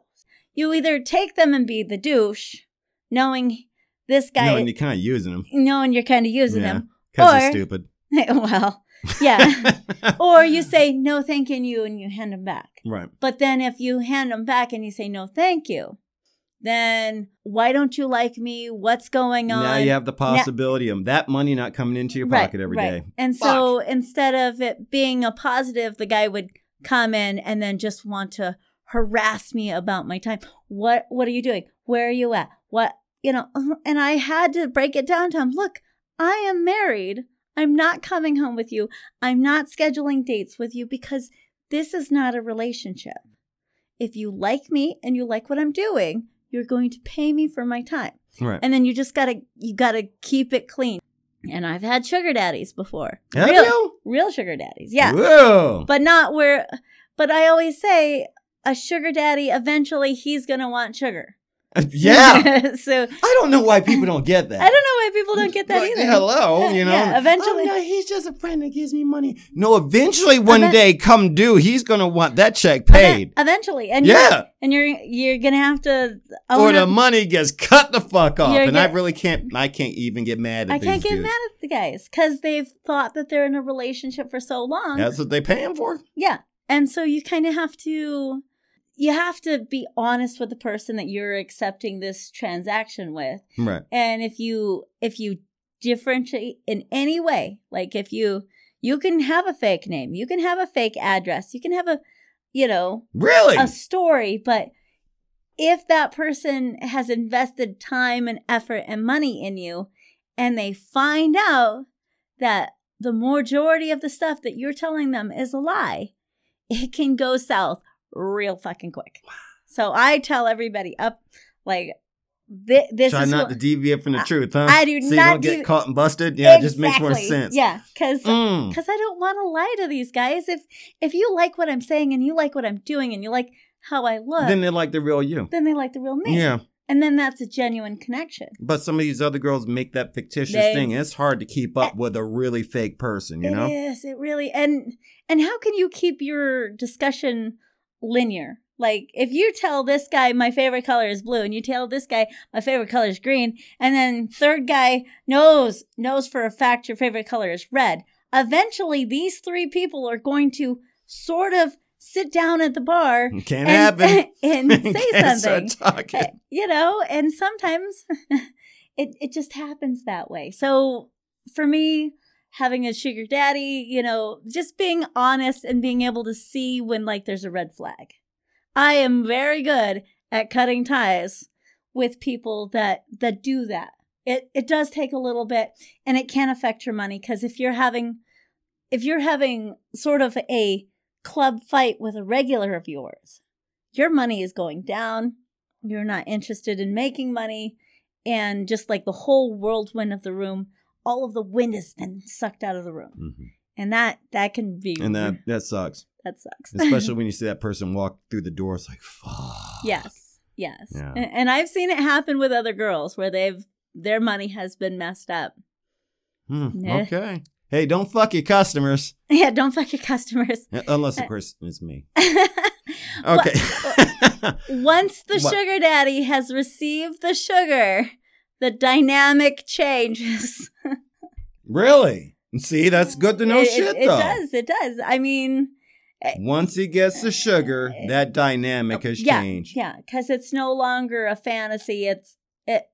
S1: You either take them and be the douche, knowing this guy,
S2: No, and you're kind of using them
S1: knowing you're kind of using
S2: Yeah.
S1: them.
S2: because they're
S1: Or-
S2: stupid.
S1: well, yeah. or you say no, thank you, and you and you hand them back.
S2: right.
S1: But then if you hand them back and you say no, thank you, then why don't you like me? What's going on?
S2: Now you have the possibility of that money not coming into your pocket every day.
S1: And so instead of it being a positive, the guy would come in and then just want to harass me about my time. What what are you doing? Where are you at? What you know, uh-huh. and I had to break it down to him. Look, I am married. I'm not coming home with you. I'm not scheduling dates with you because this is not a relationship. If you like me and you like what I'm doing, you're going to pay me for my time
S2: Right.
S1: and then you just gotta you gotta keep it clean and i've had sugar daddies before
S2: Have
S1: real,
S2: you?
S1: real sugar daddies yeah
S2: Whoa.
S1: but not where but i always say a sugar daddy eventually he's gonna want sugar
S2: yeah.
S1: so
S2: I don't know why people don't get that.
S1: i don't know why people don't get that
S2: Like,
S1: either
S2: Hello, you know.
S1: Yeah, eventually-
S2: Oh, no, he's just a friend that gives me money. No, eventually one
S1: Even-
S2: day, come due, he's gonna want that check
S1: Even-
S2: paid,
S1: e, eventually and
S2: Yeah.
S1: you're, and you're you're gonna have to
S2: or
S1: own
S2: the
S1: up.
S2: money gets cut the fuck off.
S1: You're
S2: And I
S1: get-
S2: really can't. I can't even get mad. at
S1: i can't
S2: these
S1: get
S2: dudes.
S1: mad at the guys because they've thought that they're in a relationship for so long
S2: That's what they pay him for.
S1: Yeah. And so you kind of have to you have to be honest with the person that you're accepting this transaction with.
S2: Right.
S1: And if you if you differentiate in any way, like if you you can have a fake name, you can have a fake address, you can have a you know,
S2: Really?
S1: a story, but if that person has invested time and effort and money in you and they find out that the majority of the stuff that you're telling them is a lie, it can go south real fucking quick. So I tell everybody up like thi- this
S2: Try
S1: is
S2: not
S1: what-
S2: to deviate from the
S1: I-
S2: truth, huh?
S1: I do
S2: so you
S1: not
S2: don't get
S1: devi-
S2: caught and busted. Yeah, it just makes more
S1: Exactly.
S2: sense.
S1: Yeah, cuz
S2: Mm.
S1: because I don't want to lie to these guys. If if you like what I'm saying and you like what I'm doing and you like how I look,
S2: Then
S1: then,
S2: they're like the real you.
S1: they like the real me.
S2: Yeah.
S1: And then that's a genuine connection.
S2: But some of these other girls make that fictitious
S1: They-
S2: thing. and It's hard to keep up with a really fake person, you know?
S1: It is. It really and and how can you keep your discussion linear? Like if you tell this guy my favorite color is blue and you tell this guy my favorite color is green and then third guy knows knows for a fact your favorite color is red. Eventually these three people are going to sort of sit down at the bar
S2: Can't happen.
S1: and say
S2: Can't
S1: something.
S2: Start talking.
S1: You know, and sometimes it it just happens that way. So for me, having a sugar daddy, you know, just being honest and being able to see when like there's a red flag. I am very good at cutting ties with people that that do that. It it does take a little bit and it can affect your money cuz if you're having if you're having sort of a club fight with a regular of yours, your money is going down. You're not interested in making money. And just like the whole whirlwind of the room, all of the wind has been sucked out of the room.
S2: Mhm.
S1: And that that can be
S2: And that, that sucks.
S1: that sucks.
S2: Especially when you see that person walk through the door. It's like, fuck.
S1: yes. Yes.
S2: Yeah.
S1: A- And I've seen it happen with other girls where they've their money has been messed up.
S2: Hmm,
S1: Nah.
S2: Okay. Hey, don't fuck your customers. uh,
S1: Yeah, don't fuck your customers.
S2: Unless, of course, it's me.
S1: Uh, Well-
S2: Okay.
S1: Once the
S2: What?
S1: sugar daddy has received the sugar, the dynamic changes.
S2: really? See, that's good to know
S1: It- it-
S2: shit,
S1: It
S2: though.
S1: does. It does. I mean,
S2: Once he gets the sugar, that dynamic has
S1: Uh, oh, yeah,
S2: changed.
S1: yeah, because it's no longer a fantasy. It's it.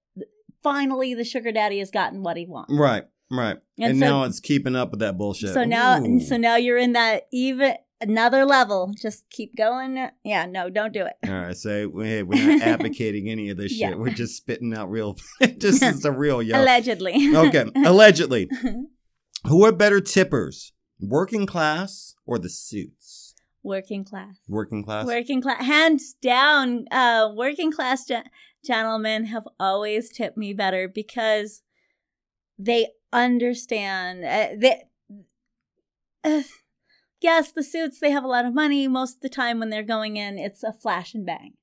S1: Finally, the sugar daddy has gotten what he wants.
S2: Right, right. And,
S1: And so-
S2: now it's keeping up with that bullshit.
S1: So now,
S2: Ooh.
S1: so now you're in that even another level. Just keep going. Yeah, no, don't do it.
S2: All right, so hey, we're not advocating any of this shit.
S1: Yeah.
S2: We're just spitting out real. this is the real, yo.
S1: Allegedly.
S2: okay, allegedly, who are better tippers, working class or the suits?
S1: Working class.
S2: Working class.
S1: Working class, hands down, uh, working class gen- gentlemen have always tipped me better because they understand. Uh, they, uh, yes, the suits they have a lot of money. Most of the time, when they're going in, it's a flash and bang.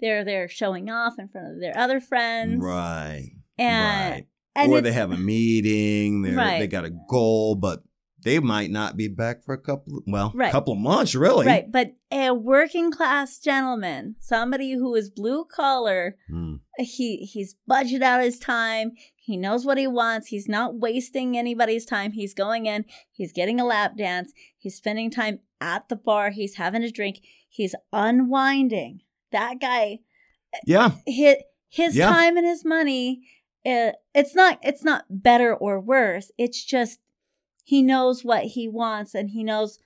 S1: They're they're showing off in front of their other friends,
S2: right.
S1: and
S2: right.
S1: and
S2: or
S1: it's-
S2: they have a meeting. They are
S1: Right.
S2: they got a goal, but They might not be back for a couple, well,
S1: Right.
S2: couple of months, really.
S1: Right, but a working class gentleman, somebody who is blue collar,
S2: Mm.
S1: he he's budgeted out his time. He knows what he wants. He's not wasting anybody's time. He's going in. He's getting a lap dance. He's spending time at the bar. He's having a drink. He's unwinding. That guy,
S2: Yeah.
S1: his, his
S2: Yeah.
S1: time and his money. uh it's not. It's not better or worse. It's just he knows what he wants and he knows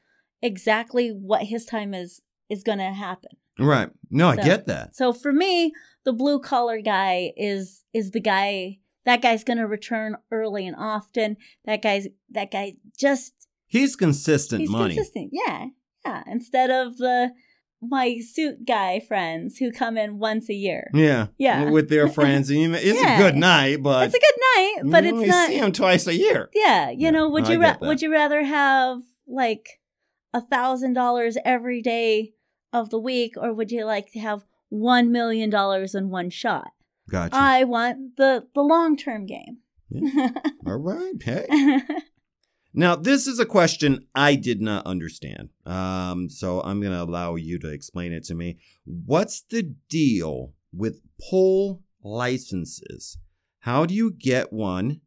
S1: exactly what his time is is going to happen.
S2: Right. No,
S1: So-
S2: I get that.
S1: So for me, the blue collar guy is is the guy that guy's going to return early and often. That guy's that guy just
S2: He's consistent
S1: he's
S2: money.
S1: consistent. Yeah. Yeah, instead of the my suit guy friends who come in once a year.
S2: Yeah.
S1: Yeah.
S2: With their friends. and you- It's
S1: Yeah.
S2: a good night, but
S1: It's a good night, but
S2: you
S1: it's
S2: only
S1: not
S2: Mm, see him twice a year.
S1: Yeah, you
S2: Yeah,
S1: know, would
S2: no, I
S1: you ra-
S2: get that.
S1: would you rather have like a thousand dollars every day of the week, or would you like to have one million dollars in one shot?
S2: Gotcha.
S1: I want the the long term game.
S2: All right. Hey. Now, this is a question I did not understand. Um, so I'm going to allow you to explain it to me. What's the deal with pull licenses? How do you get one?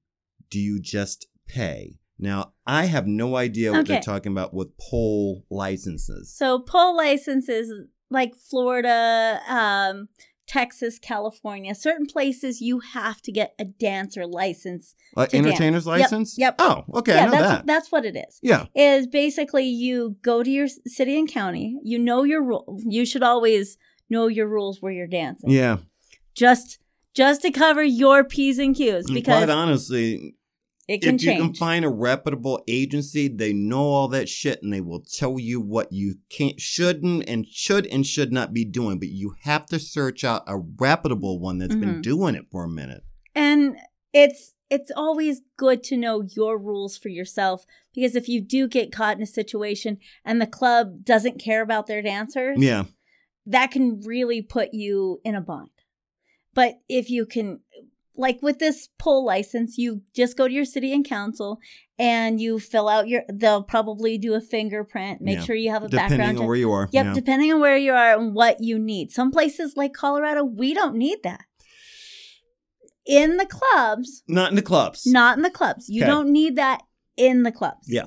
S2: Do you just pay? Now, I have no idea what they're
S1: Okay.
S2: talking about with pull licenses.
S1: so poll licenses like Florida, um, Texas, California, certain places you have to get a dancer license.
S2: Uh,
S1: To dance.
S2: entertainer's
S1: Yep,
S2: license?
S1: yep.
S2: Oh, okay. I know
S1: that's
S2: that.
S1: that's what it is.
S2: yeah.
S1: is basically you go to your s- city and county. You know your rule. You should always know your rules where you're dancing.
S2: Yeah.
S1: Just just to cover your p's and q's because
S2: mm, Quite honestly,
S1: it can
S2: if you can
S1: change.
S2: find a reputable agency, they know all that shit and they will tell you what you can't, shouldn't, and should and should not be doing. But you have to search out a reputable one that's been
S1: Mhm.
S2: doing it for a minute.
S1: and it's it's always good to know your rules for yourself because if you do get caught in a situation and the club doesn't care about their dancers,
S2: Yeah,
S1: that can really put you in a bind. But if you can, like with this poll license, you just go to your city and council and you fill out your, they'll probably do a fingerprint, make
S2: Yeah.
S1: sure you have a background.
S2: depending on
S1: check.
S2: where you are.
S1: Yep,
S2: yeah.
S1: depending on where you are and what you need. Some places like Colorado, we don't need that. In the clubs,
S2: not in the clubs.
S1: not in the clubs. You
S2: Okay.
S1: don't need that in the clubs.
S2: Yeah.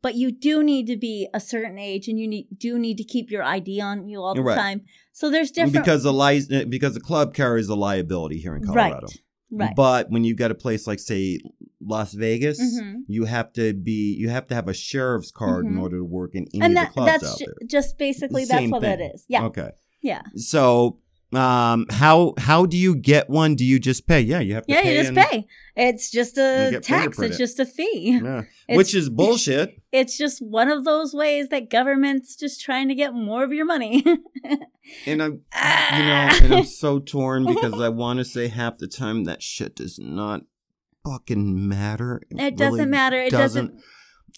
S1: But you do need to be a certain age and you need, do need to keep your ID on you all the
S2: Right.
S1: time. So there's different
S2: because the li- because the club carries a liability here in Colorado.
S1: Right. Right.
S2: But when you've got a place like say Las Vegas,
S1: Mhm.
S2: you have to be you have to have a sheriff's card in
S1: Mhm.
S2: order to work in any
S1: And
S2: of
S1: that
S2: the clubs
S1: that's
S2: out
S1: ju-
S2: there.
S1: just basically that's
S2: Same
S1: what
S2: thing.
S1: that is. Yeah.
S2: Okay.
S1: Yeah.
S2: So, um, how how do you get one? Do you just pay? Yeah, you have to.
S1: Yeah,
S2: pay
S1: you just
S2: and-
S1: pay. It's just
S2: You
S1: a
S2: get
S1: tax. It's
S2: fingerprinted.
S1: just a fee.
S2: Yeah.
S1: It's-
S2: Which is bullshit.
S1: It's just one of those ways that government's just trying to get more of your money. Ah,
S2: And I'm, you know, and I'm so torn because I want to say half the time that shit does not fucking matter.
S1: it
S2: really
S1: doesn't matter. It doesn't.
S2: doesn't.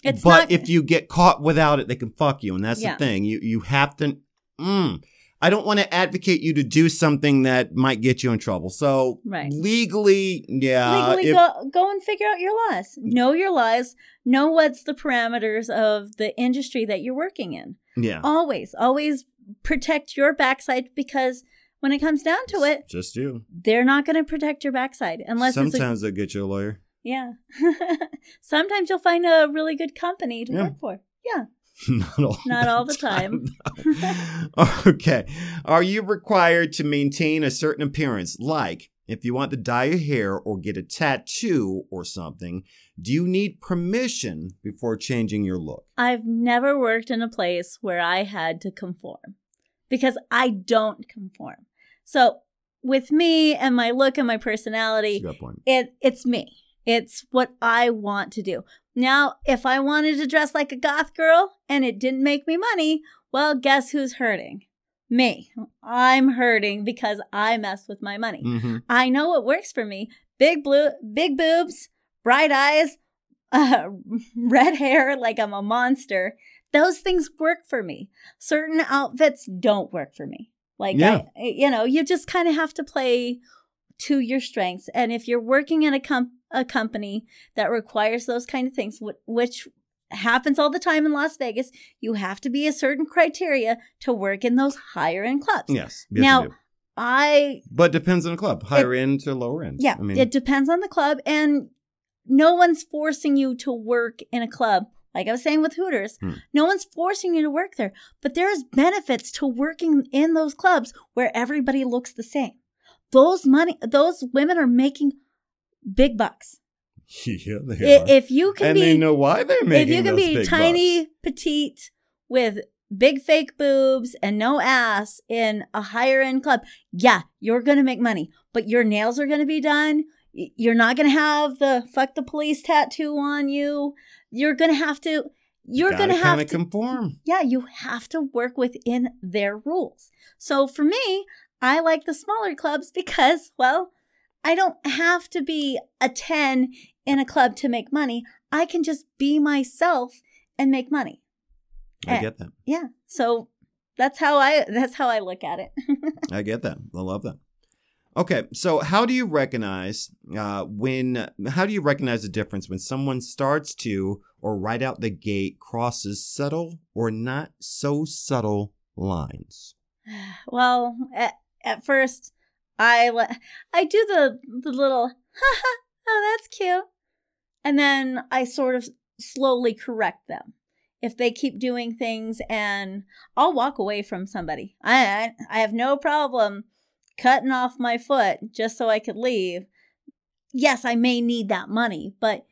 S1: It's
S2: but
S1: not.
S2: if you get caught without it, they can fuck you, and that's
S1: Yeah.
S2: the thing. You you have to. Mm, I don't want to advocate you to do something that might get you in trouble. So
S1: Right.
S2: legally, yeah,
S1: legally
S2: uh, if-
S1: go go and figure out your laws. Know your laws. Know what's the parameters of the industry that you're working in.
S2: yeah,
S1: Always, always protect your backside because when it comes down to it,
S2: just you.
S1: they're not going to protect your backside unless it's a,
S2: Sometimes they'll get you a lawyer.
S1: yeah. Sometimes you'll find a really good company to
S2: Yeah.
S1: work for. Yeah.
S2: Not all.
S1: Not all the time.
S2: okay. Are you required to maintain a certain appearance? Like, if you want to dye your hair or get a tattoo or something, do you need permission before changing your look?
S1: I've never worked in a place where I had to conform because I don't conform. So with me and my look and my personality,
S2: That's a good point.
S1: it it's me. It's what I want to do. Now, if I wanted to dress like a goth girl and it didn't make me money, well, guess who's hurting? Me. I'm hurting because I messed with my money.
S2: hmm
S1: I know what works for me. Big blue, big boobs, bright eyes, uh, red hair like I'm a monster. Those things work for me. Certain outfits don't work for me. Like
S2: Yeah.
S1: I, eh, you know, you just kind of have to play to your strengths. And if you're working in a com- a company that requires those kind of things, wh- which happens all the time in Las Vegas. You have to be a certain criteria to work in those higher end clubs.
S2: Yes. yes
S1: Now-
S2: you do.
S1: I
S2: but depends on the club, higher end to lower end.
S1: yeah,
S2: I mean,
S1: it depends on the club and no one's forcing you to work in a club. Like I was saying with Hooters,
S2: Hmm.
S1: no one's forcing you to work there, but there is benefits to working in those clubs where everybody looks the same. Those money those women are making big bucks.
S2: yeah, they
S1: I-
S2: are.
S1: If you can
S2: and
S1: be
S2: they know why they're
S1: if
S2: making
S1: you can
S2: those
S1: be
S2: big
S1: tiny
S2: bucks.
S1: petite with big fake boobs and no ass in a higher end club yeah you're gonna make money but your nails are gonna be done Y- you're not gonna have the fuck the police tattoo on you you're gonna have to you're
S2: Gotta
S1: gonna have
S2: kinda
S1: to
S2: conform.
S1: yeah you have to work within their rules so for me i like the smaller clubs because well i don't have to be a 10 in a club to make money i can just be myself and make money
S2: I
S1: Eh.
S2: get that.
S1: yeah so that's how i that's how i look at it
S2: I get that. I love that. Okay, so how do you recognize uh, when? How do you recognize the difference when someone starts to, or right out the gate, crosses subtle or not so subtle lines?
S1: well at, at first i li- i do the the little oh that's cute and then i sort of slowly correct them if they keep doing things and i'll walk away from somebody i i, I have no problem cutting off my foot just so i could leave yes i may need that money but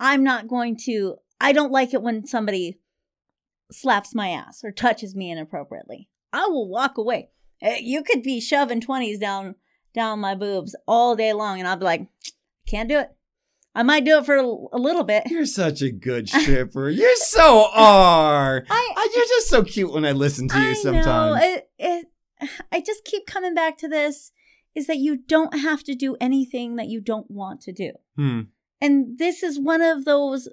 S1: i'm not going to i don't like it when somebody slaps my ass or touches me inappropriately i will walk away Eh, you could be shoving 20s down down my boobs all day long and i'll be like can't do it i might do it for a l- a little bit
S2: You're such a good stripper. You're so R.
S1: I-
S2: I- you're just so cute when I listen to you sometimes.
S1: Know. It, it, I just keep coming back to this is that you don't have to do anything that you don't want to do.
S2: Hmm.
S1: And this is one of those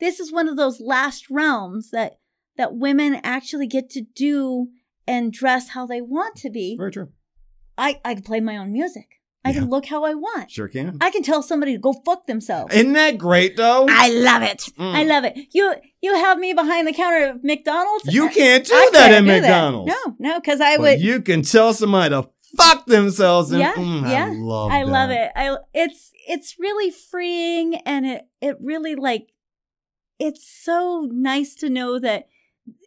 S1: this is one of those last realms that that women actually get to do and dress how they want to be.
S2: Very true.
S1: I I can play my own music. I can
S2: Yeah.
S1: look how I want.
S2: Sure can.
S1: I can tell somebody to go fuck themselves.
S2: Isn't that great though?
S1: I love it.
S2: Mm.
S1: I love it. You you have me behind the counter of McDonald's.
S2: you can't do
S1: I
S2: that
S1: can't
S2: at
S1: do
S2: McDonald's.
S1: No, no, because I
S2: But
S1: would.
S2: you can tell somebody to fuck themselves. And,
S1: Yeah,
S2: mm, I
S1: yeah.
S2: love.
S1: I love
S2: that.
S1: it. I it's it's really freeing and it it really like it's so nice to know that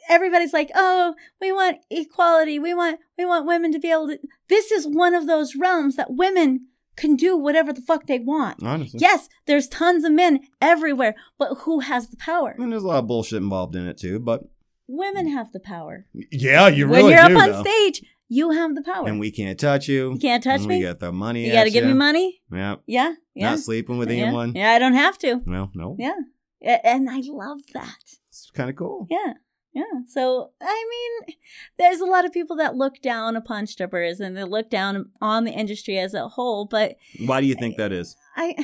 S1: everybody's like, "Oh, we want equality. We want we want women to be able to This is one of those realms that women can do whatever the fuck they want.
S2: Honestly.
S1: Yes, there's tons of men everywhere, but who has the power?
S2: I mean, there's a lot of bullshit involved in it too, but
S1: Women have the power.
S2: yeah, you
S1: when
S2: really
S1: you're
S2: do.
S1: up on
S2: though.
S1: stage, you have the power.
S2: And we can't touch you.
S1: you can't touch
S2: and
S1: me.
S2: We got the money.
S1: you got to
S2: at
S1: give
S2: ya.
S1: me money.
S2: Yeah.
S1: Yeah, yeah.
S2: Not sleeping with
S1: yeah.
S2: anyone.
S1: Yeah, I don't have to.
S2: Well, no.
S1: Yeah. A- And I love that.
S2: It's kind of cool.
S1: Yeah. Yeah. So, I mean, there's a lot of people that look down upon strippers and they look down on the industry as a whole, but
S2: Why do you think that is?
S1: I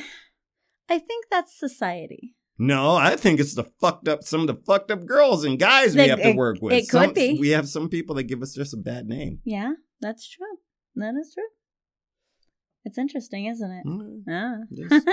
S1: I think that's society.
S2: No, I think it's the fucked up some of the fucked up girls and guys we
S1: They-
S2: have to
S1: it-
S2: work with.
S1: it could
S2: Some-
S1: be.
S2: We have some people that give us just a bad name.
S1: Yeah, that's true. That is true. It's interesting, isn't it? Ah.
S2: Mm,
S1: Yeah.
S2: just-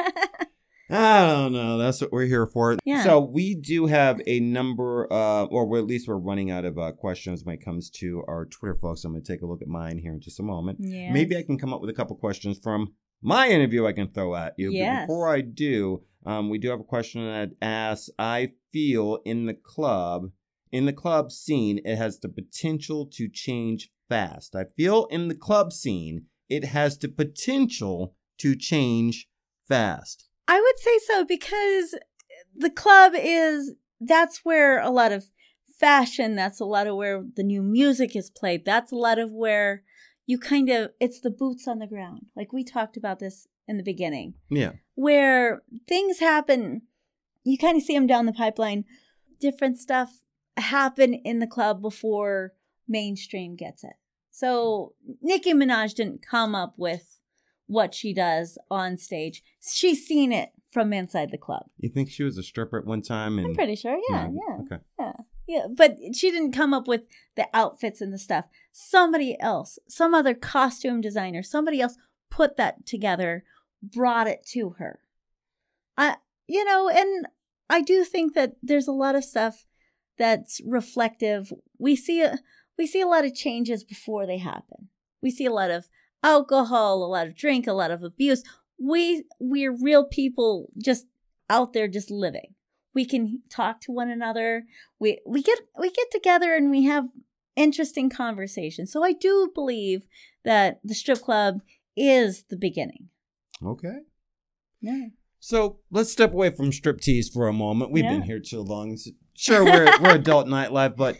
S2: I don't know. That's what we're here for.
S1: Yeah.
S2: So we do have a number, uh, or we're- at least we're running out of uh, questions when it comes to our Twitter folks. I'm going to take a look at mine here in just a moment.
S1: yeah.
S2: Maybe I can come up with a couple questions from my interview I can throw at you. But
S1: Yes.
S2: before I do, um, we do have a question that asks I feel in the club, in the club scene, it has the potential to change fast. I feel in the club scene, it has the potential to change fast.
S1: I would say so because eh, the club is that's where a lot of fashion, that's a lot of where the new music is played. That's a lot of where you kind of it's the boots on the ground. Like we talked about this in the beginning
S2: Yeah.
S1: where things happen. You kind of see them down the pipeline. Different stuff happen in the club before mainstream gets it. So Nicki Minaj didn't come up with what she does on stage. She's seen it from inside the club.
S2: You think she was a stripper at one time? And
S1: I'm pretty sure. Yeah,
S2: Mm,
S1: yeah.
S2: Okay.
S1: Yeah, but she didn't come up with the outfits and the stuff. Somebody else, some other costume designer, somebody else put that together, brought it to her. I, you know, and I do think that there's a lot of stuff that's reflective. We see a, we see a lot of changes before they happen. We see a lot of alcohol, a lot of drink, a lot of abuse. We we're real people just out there just living. We can talk to one another. We we get we get together and we have interesting conversations. So I do believe that the strip club is the beginning.
S2: Okay.
S1: Yeah.
S2: So let's step away from striptease for a moment. We've been
S1: Yeah.
S2: here too long. S- Sure, we're we're adult nightlife, but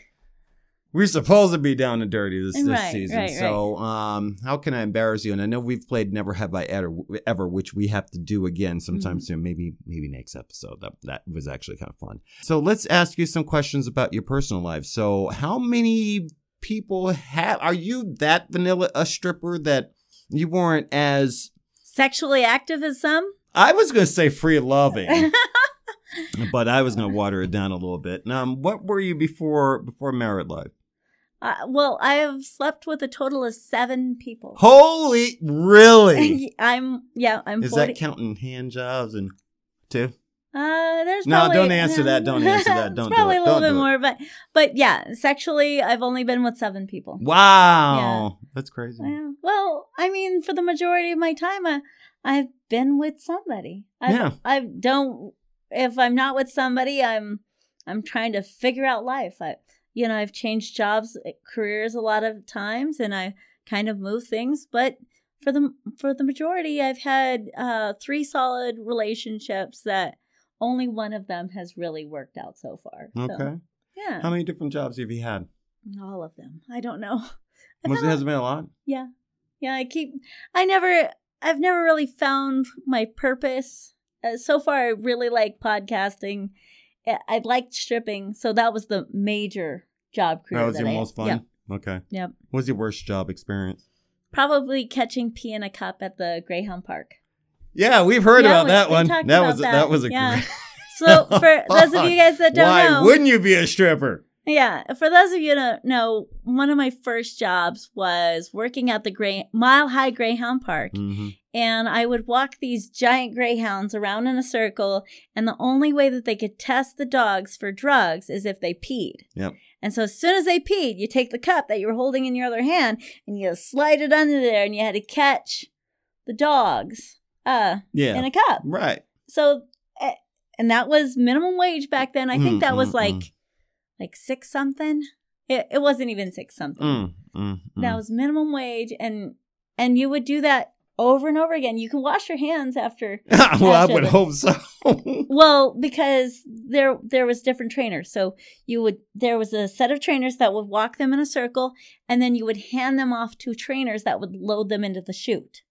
S2: we're supposed to be down and dirty this, this
S1: Right,
S2: season.
S1: right,
S2: so, um, how can I embarrass you? And I know we've played Never Have I Ever, ever which we have to do again
S1: Mm-hmm.
S2: sometime soon. Maybe maybe next episode. That that was actually kind of fun. So let's ask you some questions about your personal life. So, how many people have? Are you that vanilla a stripper that you weren't as
S1: Sexually active as some?
S2: I was going to say free loving, but I was going to water it down a little bit. Um, what were you before before married life?
S1: Uh, well, I have slept with a total of seven people.
S2: Holy, really?
S1: I'm yeah, I'm
S2: Is
S1: forty.
S2: that counting hand jobs and too?
S1: uh, there's
S2: No,
S1: probably-
S2: don't answer that, don't answer that,
S1: It's
S2: don't do
S1: probably
S2: it,
S1: a little
S2: don't
S1: bit
S2: do it.
S1: more, but but yeah, sexually, I've only been with seven people.
S2: Wow, that's crazy.
S1: Yeah. Well, I mean, for the majority of my time, I, I've been with somebody. I,
S2: Yeah.
S1: I don't. If I'm not with somebody, I'm I'm trying to figure out life. I, you know, I've changed jobs, eh, careers a lot of times, and I kind of move things. But for the for the majority, I've had uh, three solid relationships that only one of them has really worked out so far. So, uh,
S2: Okay,
S1: yeah.
S2: how many different jobs have you had?
S1: All of them. I don't know. I've
S2: Was it
S1: had a-
S2: has it been a lot?
S1: yeah i keep i never i've never really found my purpose uh, so far i really like podcasting I- i liked stripping so that was the major job career
S2: That was your
S1: I-
S2: most fun.
S1: yeah,
S2: Okay.
S1: Yep.
S2: What was your worst job experience?
S1: probably catching pee in a cup at the greyhound park
S2: Yeah, we've heard
S1: Yeah,
S2: about
S1: we-
S2: that
S1: we
S2: one.
S1: talked
S2: That
S1: about
S2: was
S1: that.
S2: that was a
S1: Yeah.
S2: great.
S1: so for those of you guys that don't
S2: Why
S1: know
S2: wouldn't you be a stripper?
S1: Yeah, for those of you who don't know, one of my first jobs was working at the Grey Mile High Greyhound Park,
S2: Mm-hmm.
S1: and I would walk these giant greyhounds around in a circle. And the only way that they could test the dogs for drugs is if they peed.
S2: Yep.
S1: And so as soon as they peed, you take the cup that you were holding in your other hand and you slide it under there, and you had to catch the dogs uh,
S2: Yeah.
S1: in a cup.
S2: right.
S1: So, eh, and that was minimum wage back then. I think
S2: Mm,
S1: that
S2: mm,
S1: was like, like six something. It, it wasn't even six something
S2: Mm, mm,
S1: that
S2: mm.
S1: was minimum wage and and you would do that over and over again you could wash your hands after
S2: well, I
S1: Gotcha.
S2: would hope so.
S1: well because there there was different trainers so you would there was a set of trainers that would walk them in a circle and then you would hand them off to trainers that would load them into the chute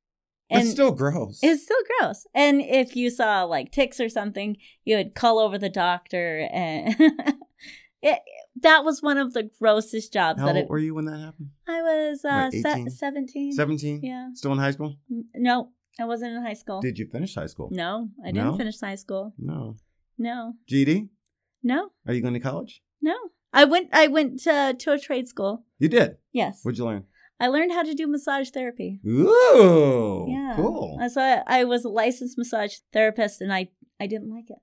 S1: and
S2: it's still gross.
S1: it's still gross and if you saw like ticks or something you would call over the doctor and it, that was one of the grossest jobs
S2: How
S1: that
S2: old
S1: it,
S2: were you when that Mm, happened?
S1: i was uh,
S2: What,
S1: se-
S2: 18?
S1: 17
S2: Seventeen.
S1: yeah
S2: Still in high school?
S1: N- No, I wasn't in high school.
S2: Did you finish high school?
S1: no, I didn't
S2: No?
S1: finish high school.
S2: No.
S1: No,
S2: GD?
S1: no,
S2: Are you going to college?
S1: no. I went. I went uh, to a trade school.
S2: You did.
S1: Yes,
S2: What'd you learn?
S1: I learned how to do massage therapy.
S2: Ooh.
S1: yeah,
S2: Cool.
S1: Uh, So I, I was a licensed massage therapist, and I I didn't like it.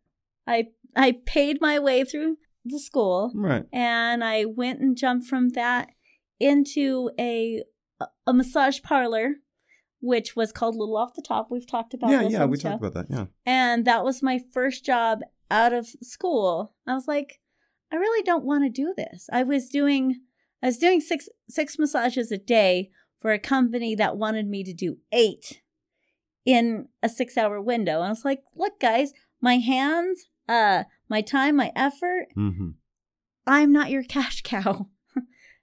S1: I I paid my way through the school,
S2: right.
S1: and I went and jumped from that into a a massage parlor, which was called Little Off the Top. We've talked about
S2: Yeah,
S1: this
S2: yeah.
S1: on
S2: We
S1: the show.
S2: talked about that. Yeah.
S1: and that was my first job out of school i was like i really don't want to do this i was doing i was doing six six massages a day for a company that wanted me to do eight in a six hour window and i was like look guys my hands uh my time my effort
S2: Mm-hmm.
S1: i'm not your cash cow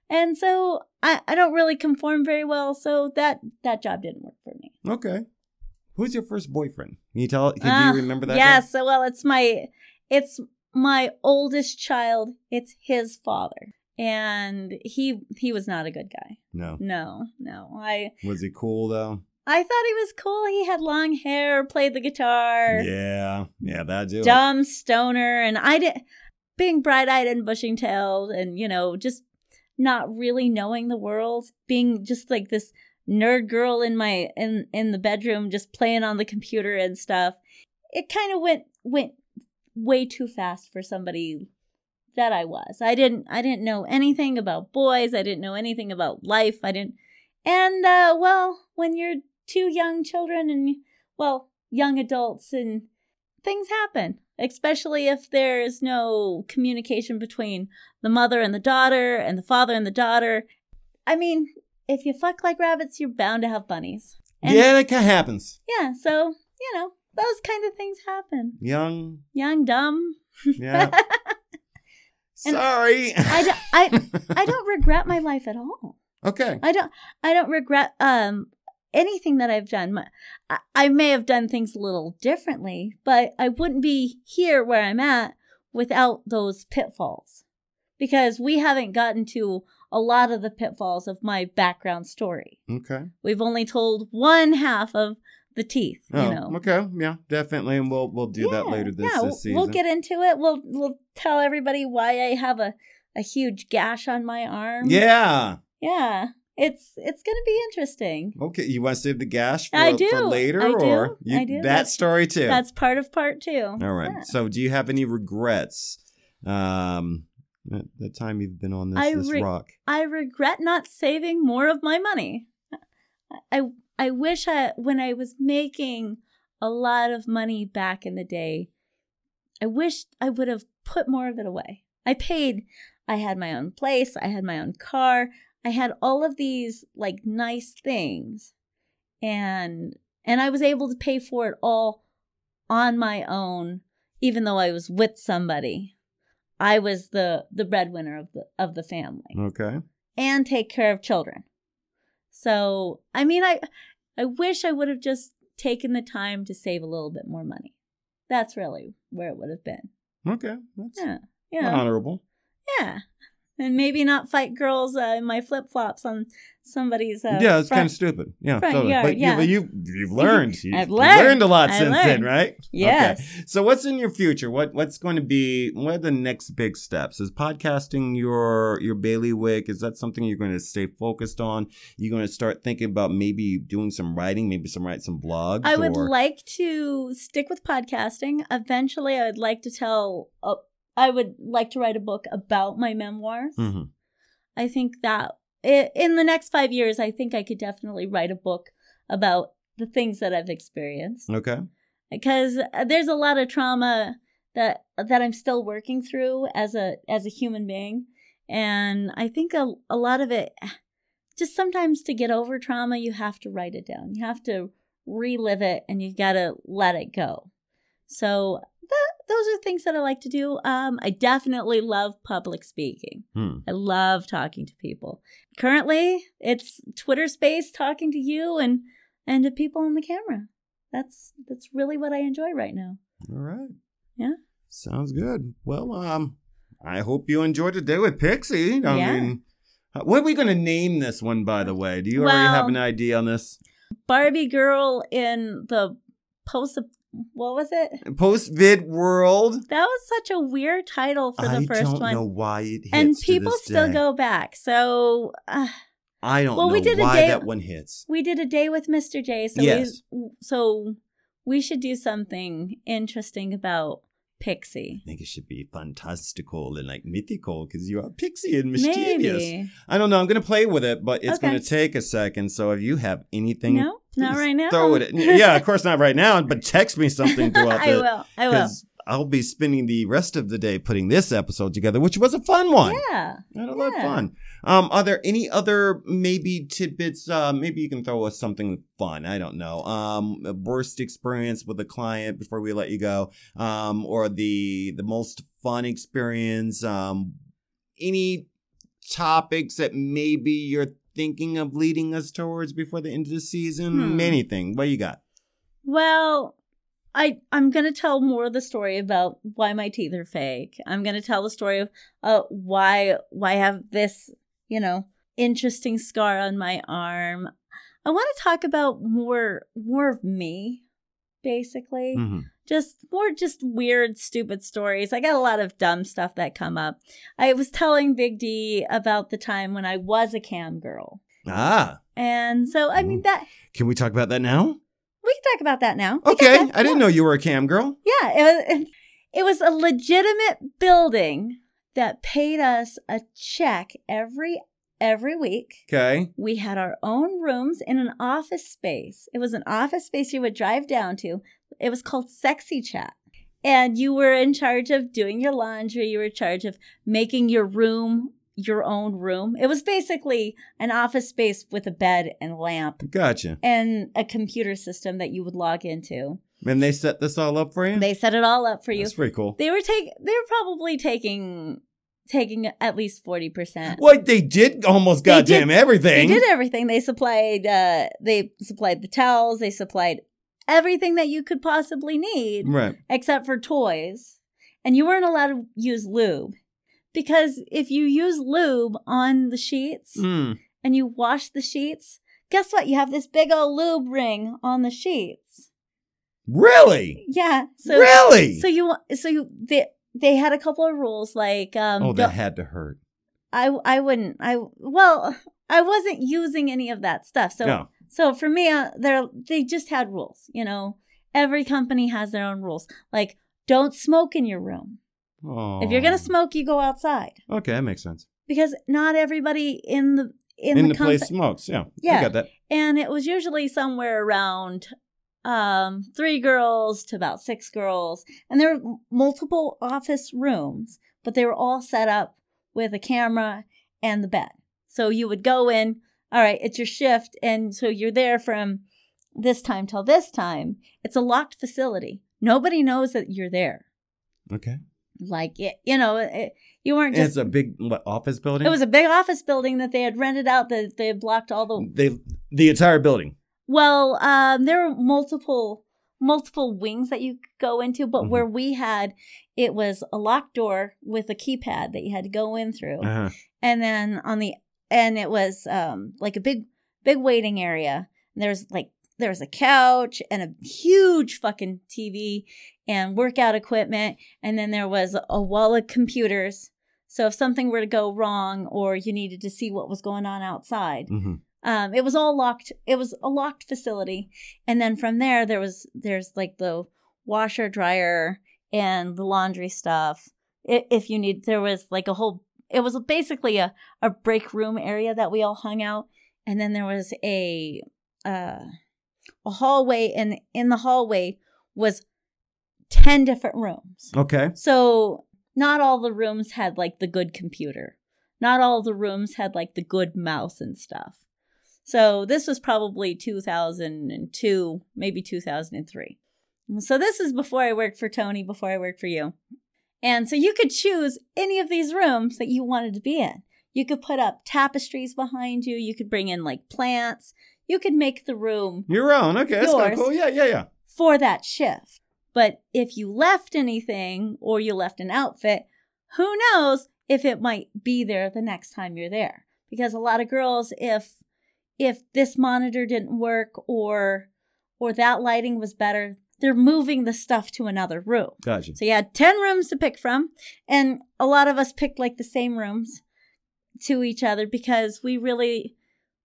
S1: and so I, I don't really conform very well so that that job didn't work for me
S2: Okay. Who's your first boyfriend? Can you tell? Can,
S1: Ah,
S2: do you remember that?
S1: Yes. So, well, it's my it's my oldest child. It's his father, and he he was not a good guy.
S2: guy? No.
S1: No, no. I
S2: Was he cool though?
S1: I thought he was cool. He had long hair, played the guitar,
S2: Yeah. Yeah. That do. it.
S1: dumb stoner, and I did being bright eyed and bushing tailed, and you know just not really knowing the world, being just like this nerd girl in my in in the bedroom just playing on the computer and stuff it kind of went went way too fast for somebody that I was. I didn't I didn't know anything about boys. I didn't know anything about life. I didn't and uh well, when you're two young children and well, young adults and things happen, especially if there's no communication between the mother and the daughter and the father and the daughter. I mean, if you fuck like rabbits, you're bound to have bunnies. And
S2: yeah, that kind of happens.
S1: yeah, so, you know, those kind of things happen.
S2: Young.
S1: Young dumb.
S2: Yeah.
S1: And-
S2: Sorry.
S1: I don't, I, I don't regret my life at all.
S2: okay.
S1: I don't I don't regret um anything that I've done. My, I, I may have done things a little differently, but I wouldn't be here where I'm at without those pitfalls. Because we haven't gotten to a lot of the pitfalls of my background story.
S2: Okay.
S1: We've only told one half of the teeth,
S2: Oh,
S1: you know.
S2: okay. Yeah, definitely. And we'll we'll do that
S1: Yeah,
S2: later this,
S1: yeah,
S2: this season.
S1: We'll get into it. We'll we'll tell everybody why I have a, a huge gash on my arm.
S2: yeah.
S1: Yeah. It's it's gonna be interesting.
S2: Okay. You want to save the gash for,
S1: I do.
S2: for later
S1: I do.
S2: or you,
S1: I do.
S2: that
S1: That's-
S2: story too.
S1: That's part of part two.
S2: All right.
S1: Yeah.
S2: So do you have any regrets? Um at the time you've been on this,
S1: I
S2: this
S1: re-
S2: rock.
S1: I regret not saving more of my money. I I wish I when I was making a lot of money back in the day, I wish I would have put more of it away. I paid I had my own place, I had my own car, I had all of these like nice things. And and I was able to pay for it all on my own even though I was with somebody. I was the the breadwinner of the of the family
S2: Okay.
S1: and take care of children. So, I mean, I I wish I would have just taken the time to save a little bit more money. That's really where it would have been.
S2: Okay. That's
S1: Yeah. Yeah.
S2: honorable.
S1: Yeah. And maybe not fight girls uh, in my flip flops on somebody's. Uh,
S2: yeah, it's
S1: front-
S2: kind of stupid. Yeah,
S1: front
S2: totally.
S1: yard,
S2: but
S1: yeah.
S2: you, but you, you've learned. You've
S1: I've learned.
S2: a lot
S1: I
S2: since then,
S1: learned.
S2: right?
S1: Yes.
S2: So what's in your future? What what's going to be what are the next big steps? Is podcasting your your bailiwick? Is that something you're going to stay focused on? You're going to start thinking about maybe doing some writing, maybe some write some blogs.
S1: I would
S2: or-
S1: like to stick with podcasting. Eventually, I would like to tell. A, I would like to write a book about my memoirs.
S2: Mhm.
S1: I think that i- in the next five years, I think I could definitely write a book about the things that I've experienced
S2: Okay.
S1: because uh, there's a lot of trauma that that I'm still working through as a as a human being, and I think a a lot of it just sometimes to get over trauma, you have to write it down, you have to relive it, and you gotta let it go. So. That, those are things that I like to do. Um, I definitely love public speaking.
S2: Hmm.
S1: I love talking to people. Currently, it's Twitter space talking to you and and to people on the camera. That's that's really what I enjoy right now.
S2: All right.
S1: Yeah.
S2: Sounds good. Well, um, I hope you enjoyed today with Pixie. I
S1: Yeah.
S2: mean, what are we going to name this one? By the way, do you already
S1: Well-
S2: have an idea on this?
S1: Barbie girl in the post what was it?
S2: Post vid world.
S1: That was such a weird title for the
S2: I
S1: first
S2: don't
S1: one.
S2: know why it hits.
S1: and
S2: to
S1: people
S2: this
S1: still
S2: day.
S1: go back. So uh,
S2: I don't
S1: Well,
S2: know
S1: we did a
S2: why
S1: day-
S2: that one hits.
S1: we did a day with Mr. J, so
S2: Yes.
S1: we so we should do something interesting about Pixie.
S2: I think it should be fantastical and like mythical because you are pixie and mysterious.
S1: Maybe.
S2: I don't know. I'm gonna play with it, but it's
S1: Okay.
S2: gonna take a second. So if you have anything,
S1: No, not
S2: please
S1: right now.
S2: Throw it. At, yeah, of course not right now, but text me something throughout
S1: I
S2: the-
S1: will. I will.
S2: I'll be spending the rest of the day putting this episode together, which was a fun one.
S1: Yeah.
S2: I had a lot of
S1: Yeah.
S2: fun. Um, are there any other maybe tidbits? Uh, maybe you can throw us something fun. I don't know. Um, a worst experience with a client before we let you go. Um, or the the most fun experience. Um, any topics that maybe you're thinking of leading us towards before the end of the season?
S1: Hmm.
S2: Anything? What you got?
S1: Well, I I'm gonna tell more of the story about why my teeth are fake. I'm gonna tell the story of uh why why I have this you know interesting scar on my arm. I want to talk about more more of me, basically.
S2: Mhm.
S1: Just more just weird, stupid stories. I got a lot of dumb stuff that come up. I was telling Big D about the time when I was a cam girl,
S2: Ah,
S1: and so I mean that
S2: can we talk about that now?
S1: we can talk about that now. We can
S2: Okay,
S1: talk-
S2: I didn't
S1: yeah.
S2: know you were a cam girl.
S1: Yeah, it was. It was a legitimate building that paid us a check every every week.
S2: Okay.
S1: We had our own rooms in an office space. It was an office space you would drive down to. It was called Sexy Chat. And you were in charge of doing your laundry, you were in charge of making your room your own room. It was basically an office space with a bed and lamp
S2: Gotcha.
S1: and a computer system that you would log into.
S2: And they set this all up for you?
S1: They set it all up for you.
S2: That's pretty cool.
S1: They were take they were probably taking taking at least 40%.
S2: What they did almost
S1: They did-
S2: goddamn everything.
S1: They did everything. They supplied uh they supplied the towels, they supplied everything that you could possibly need
S2: Right.
S1: except for toys. And you weren't allowed to use lube because if you use lube on the sheets
S2: Mm.
S1: and you wash the sheets, guess what? You have this big old lube ring on the sheets.
S2: Really?
S1: Yeah. So
S2: really?
S1: so you so you, they they had a couple of rules like um
S2: oh,
S1: don't-
S2: that had to hurt.
S1: I I wouldn't I well I wasn't using any of that stuff so
S2: no.
S1: so for me uh, they they just had rules you know every company has their own rules like don't smoke in your room if you're
S2: Aw.
S1: gonna smoke you go outside
S2: Okay, that makes sense.
S1: because not everybody in the in,
S2: In,
S1: the,
S2: the,
S1: company
S2: place smokes. Yeah. I
S1: Yeah.
S2: got that.
S1: and it was usually somewhere around um three girls to about six girls and there were m- multiple office rooms but they were all set up with a camera and the bed so you would go in all right it's your shift and so you're there from this time till this time it's a locked facility nobody knows that you're there
S2: Okay.
S1: like it, you know it, you weren't
S2: And
S1: just
S2: it's a big what, office building?
S1: it was a big office building that they had rented out that they had blocked all the
S2: they the entire building.
S1: Well, um, there were multiple multiple wings that you could go into, but where we had it was a locked door with a keypad that you had to go in through,
S2: Uh-huh.
S1: and then on the and it was um like a big big waiting area. And There's like there was a couch and a huge fucking TV and workout equipment, and then there was a wall of computers. So if something were to go wrong or you needed to see what was going on outside,
S2: hmm
S1: um it was all locked it was a locked facility and then from there there was there's like the washer dryer and the laundry stuff I- if you need there was like a whole it was basically a a break room area that we all hung out and then there was a uh a hallway and in the hallway was 10 different rooms
S2: Okay.
S1: so not all the rooms had like the good computer. Not all the rooms had like the good mouse and stuff. So this was probably 2002, maybe 2003. So this is before I worked for Tony, before I worked for you. And so you could choose any of these rooms that you wanted to be in. You could put up tapestries behind you, you could bring in like plants, you could make the room
S2: Your own. Okay. That's kind
S1: Yours.
S2: of cool. Yeah, yeah, yeah.
S1: for that shift. But if you left anything or you left an outfit, who knows if it might be there the next time you're there. Because a lot of girls if if this monitor didn't work or or that lighting was better, they're moving the stuff to another room.
S2: Gotcha.
S1: So you had 10 rooms to pick from. And a lot of us picked like the same rooms to each other because we really,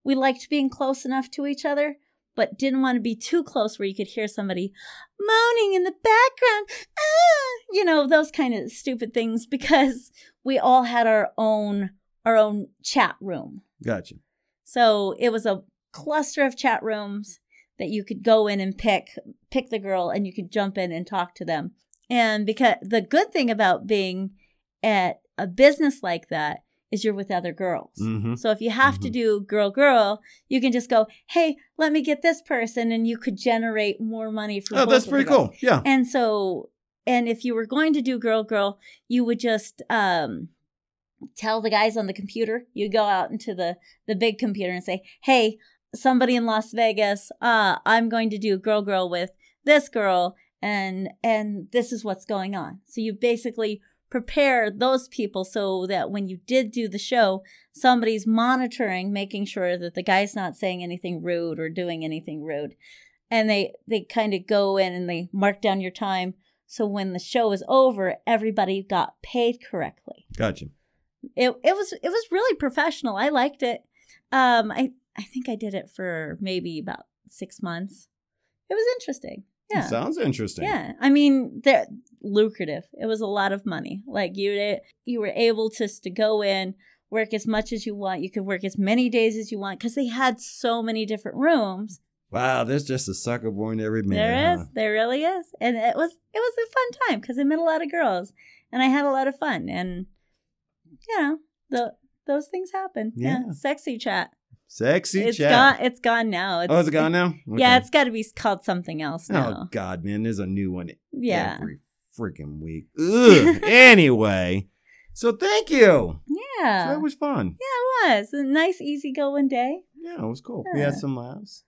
S1: we liked being close enough to each other, but didn't want to be too close where you could hear somebody moaning in the background. Ah! You know, those kind of stupid things because we all had our own, our own chat room.
S2: Gotcha.
S1: So it was a cluster of chat rooms that you could go in and pick pick the girl and you could jump in and talk to them. And because the good thing about being at a business like that is you're with other girls.
S2: Mm-hmm.
S1: So if you have to do girl girl, you can just go, "Hey, let me get this person," and you could generate more money for.
S2: Oh,
S1: both
S2: that's
S1: of the
S2: pretty
S1: girls.
S2: cool. Yeah.
S1: And so, and if you were going to do girl girl, you would just um tell the guys on the computer. You go out into the the big computer and say, "Hey, somebody in Las Vegas, uh, I'm going to do girl girl with this girl, and and this is what's going on." So you basically prepare those people so that when you did do the show somebody's monitoring making sure that the guy's not saying anything rude or doing anything rude and they they kind of go in and they mark down your time so when the show is over everybody got paid correctly
S2: Gotcha.
S1: it it was it was really professional i liked it um i i think i did it for maybe about 6 months it was interesting Yeah.
S2: Sounds interesting.
S1: Yeah, I mean, they're lucrative. It was a lot of money. Like you, you were able just to go in, work as much as you want. You could work as many days as you want because they had so many different rooms.
S2: Wow, there's just a sucker born to every man.
S1: There is,
S2: huh?
S1: there really is, and it was it was a fun time because I met a lot of girls and I had a lot of fun, and you know, the those things happen. Yeah,
S2: Yeah.
S1: sexy chat.
S2: Sexy
S1: It's
S2: chat.
S1: gone. It's gone now. It's,
S2: oh, is it gone now?
S1: Yeah,
S2: Okay.
S1: it's got to be called something else
S2: Oh
S1: now.
S2: God, man, there's a new one
S1: yeah,
S2: every freaking week. Ugh. anyway, so thank you.
S1: yeah.
S2: So it was fun.
S1: Yeah, it was a nice, easygoing day.
S2: Yeah, it was cool. We had
S1: Yeah.
S2: some laughs.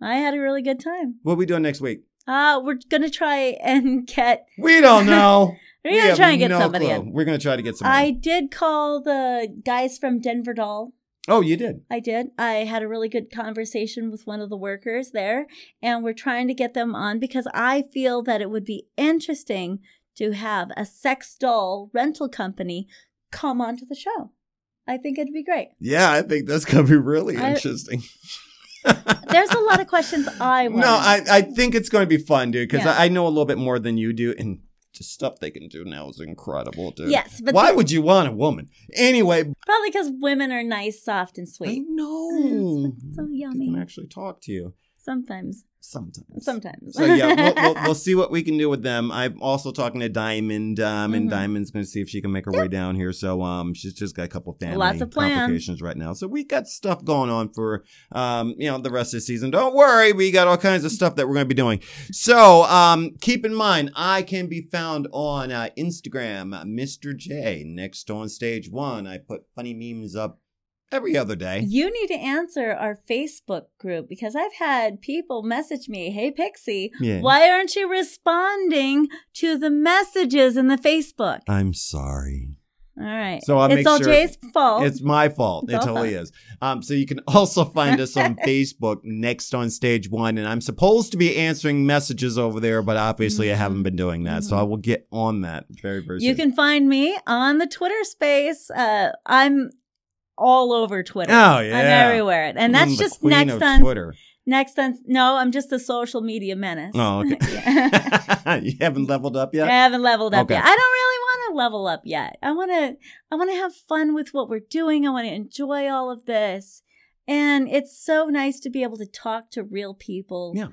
S1: I had a really good time.
S2: What we doing next week?
S1: Uh, we're gonna try and get.
S2: We don't know.
S1: We're
S2: We
S1: gonna
S2: have
S1: try and get
S2: no
S1: somebody
S2: clue.
S1: in.
S2: We're gonna try to get somebody.
S1: I did call the guys from Denver Doll.
S2: oh, you did.
S1: I did. I had a really good conversation with one of the workers there, and we're trying to get them on because I feel that it would be interesting to have a sex doll rental company come onto the show. I think it'd be great.
S2: Yeah, I think that's gonna be really
S1: I-
S2: interesting.
S1: There's a lot of questions I want.
S2: No, I, I think it's going to be fun, dude, because
S1: Yeah.
S2: I, I know a little bit more than you do, and the stuff they can do now is incredible, dude.
S1: yes, but
S2: Why would you want a woman? Anyway,
S1: probably because women are nice, soft, and
S2: I
S1: sweet.
S2: know.
S1: so
S2: They can
S1: yummy.
S2: actually talk to you
S1: Sometimes.
S2: sometimes.
S1: Sometimes.
S2: So yeah, we'll, we'll, we'll see what we can do with them. I'm also talking to Diamond, um, and
S1: Mhm.
S2: Diamond's going to see if she can make her way down here. So um, she's just got a couple family
S1: Lots of plans.
S2: complications right now. So we got stuff going on for um, you know, the rest of the season. Don't worry, we got all kinds of stuff that we're going to be doing. So um, keep in mind, I can be found on uh, Instagram, uh, Mr. J. Next on stage one, I put funny memes up every other day.
S1: You need to answer our Facebook group because I've had people message me, "Hey Pixie,
S2: Yeah.
S1: why aren't you responding to the messages in the Facebook?"
S2: I'm sorry.
S1: All right,
S2: So I'll
S1: it's
S2: make
S1: all
S2: sure-
S1: Jay's fault.
S2: It's my fault.
S1: It's
S2: it
S1: all
S2: totally
S1: fine.
S2: is. Um, so you can also find us on Facebook, Next on Stage One, and I'm supposed to be answering messages over there, but obviously I haven't been doing that. So I will get on that very, very soon.
S1: Mm-hmm. you can find me on the Twitter space. Uh, I'm all over Twitter.
S2: Oh,
S1: I'm
S2: yeah.
S1: everywhere, and
S2: Mm,
S1: that's
S2: the
S1: just
S2: queen
S1: next
S2: of
S1: on
S2: Twitter.
S1: next on. No, I'm just a social media menace.
S2: Oh, okay.
S1: Yeah.
S2: you haven't leveled up yet.
S1: I haven't leveled up
S2: Okay.
S1: yet. I don't really want to level up yet. I want to I want to have fun with what we're doing. I want to enjoy all of this. And it's so nice to be able to talk to real people.
S2: Yeah.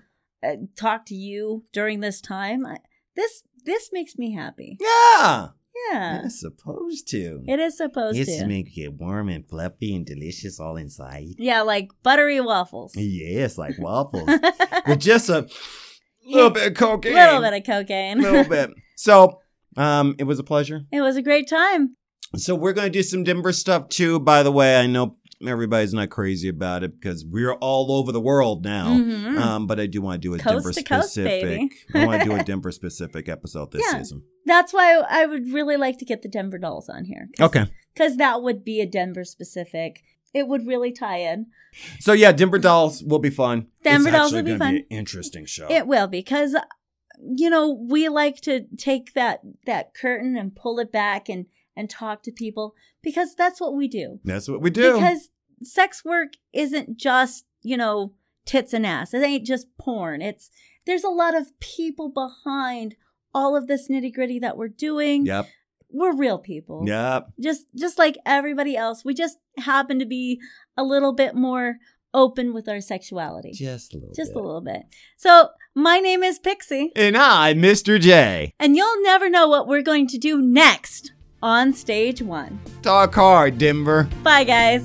S1: Uh, talk to you during this time. I, this this makes me happy.
S2: Yeah,
S1: Yeah.
S2: I'm supposed to.
S1: It is supposed
S2: It's
S1: to.
S2: make it warm and fluffy and delicious all inside.
S1: Yeah, like buttery waffles.
S2: Yes, like waffles
S1: A
S2: with just a little bit of cocaine.
S1: little bit of cocaine.
S2: little bit. So, um, it was a pleasure.
S1: it was a great time.
S2: So we're gonna do some Denver stuff too. By the way, I know everybody's not crazy about it because we're all over the world now.
S1: Mhm.
S2: Um, but I do want to do a
S1: Coast
S2: Denver
S1: to coast,
S2: specific.
S1: baby.
S2: I want to do a Denver specific episode this
S1: Yeah.
S2: season.
S1: That's why I would really like to get the Denver Dolls on here. 'cause
S2: Okay.
S1: because that would be a Denver specific. It would really tie in.
S2: So yeah, Denver Dolls will be fun.
S1: Denver
S2: it's
S1: Dolls
S2: actually
S1: will be
S2: gonna Be an interesting show.
S1: It will because you know we like to take that that curtain and pull it back and and talk to people because that's what we do.
S2: That's what we do.
S1: Because sex work isn't just you know tits and ass. It ain't just porn. It's there's a lot of people behind all of this nitty gritty that we're doing.
S2: yep.
S1: We're real people.
S2: Yep.
S1: just just like everybody else we just happen to be a little bit more open with our sexuality just,
S2: Just a
S1: a
S2: little.
S1: little bit so my name is pixie
S2: And I, Mr. J.
S1: and you'll never know what we're going to do next on stage one
S2: Talk hard, Denver.
S1: bye guys